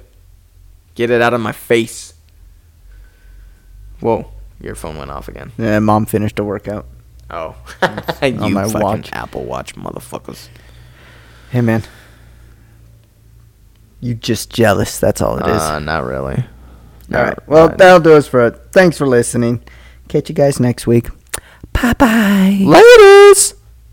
S2: Get it out of my face. Whoa, your phone went off again.
S1: something. Yeah, mom finished a workout.
S2: Oh, you
S1: my
S2: fucking
S1: watch.
S2: Apple Watch motherfuckers.
S1: Hey man, you just jealous. That's all it is.
S2: Uh, not really.
S1: all right. Well, that'll do us for it. Thanks for listening. Catch you guys next week. Bye bye.
S2: Laters!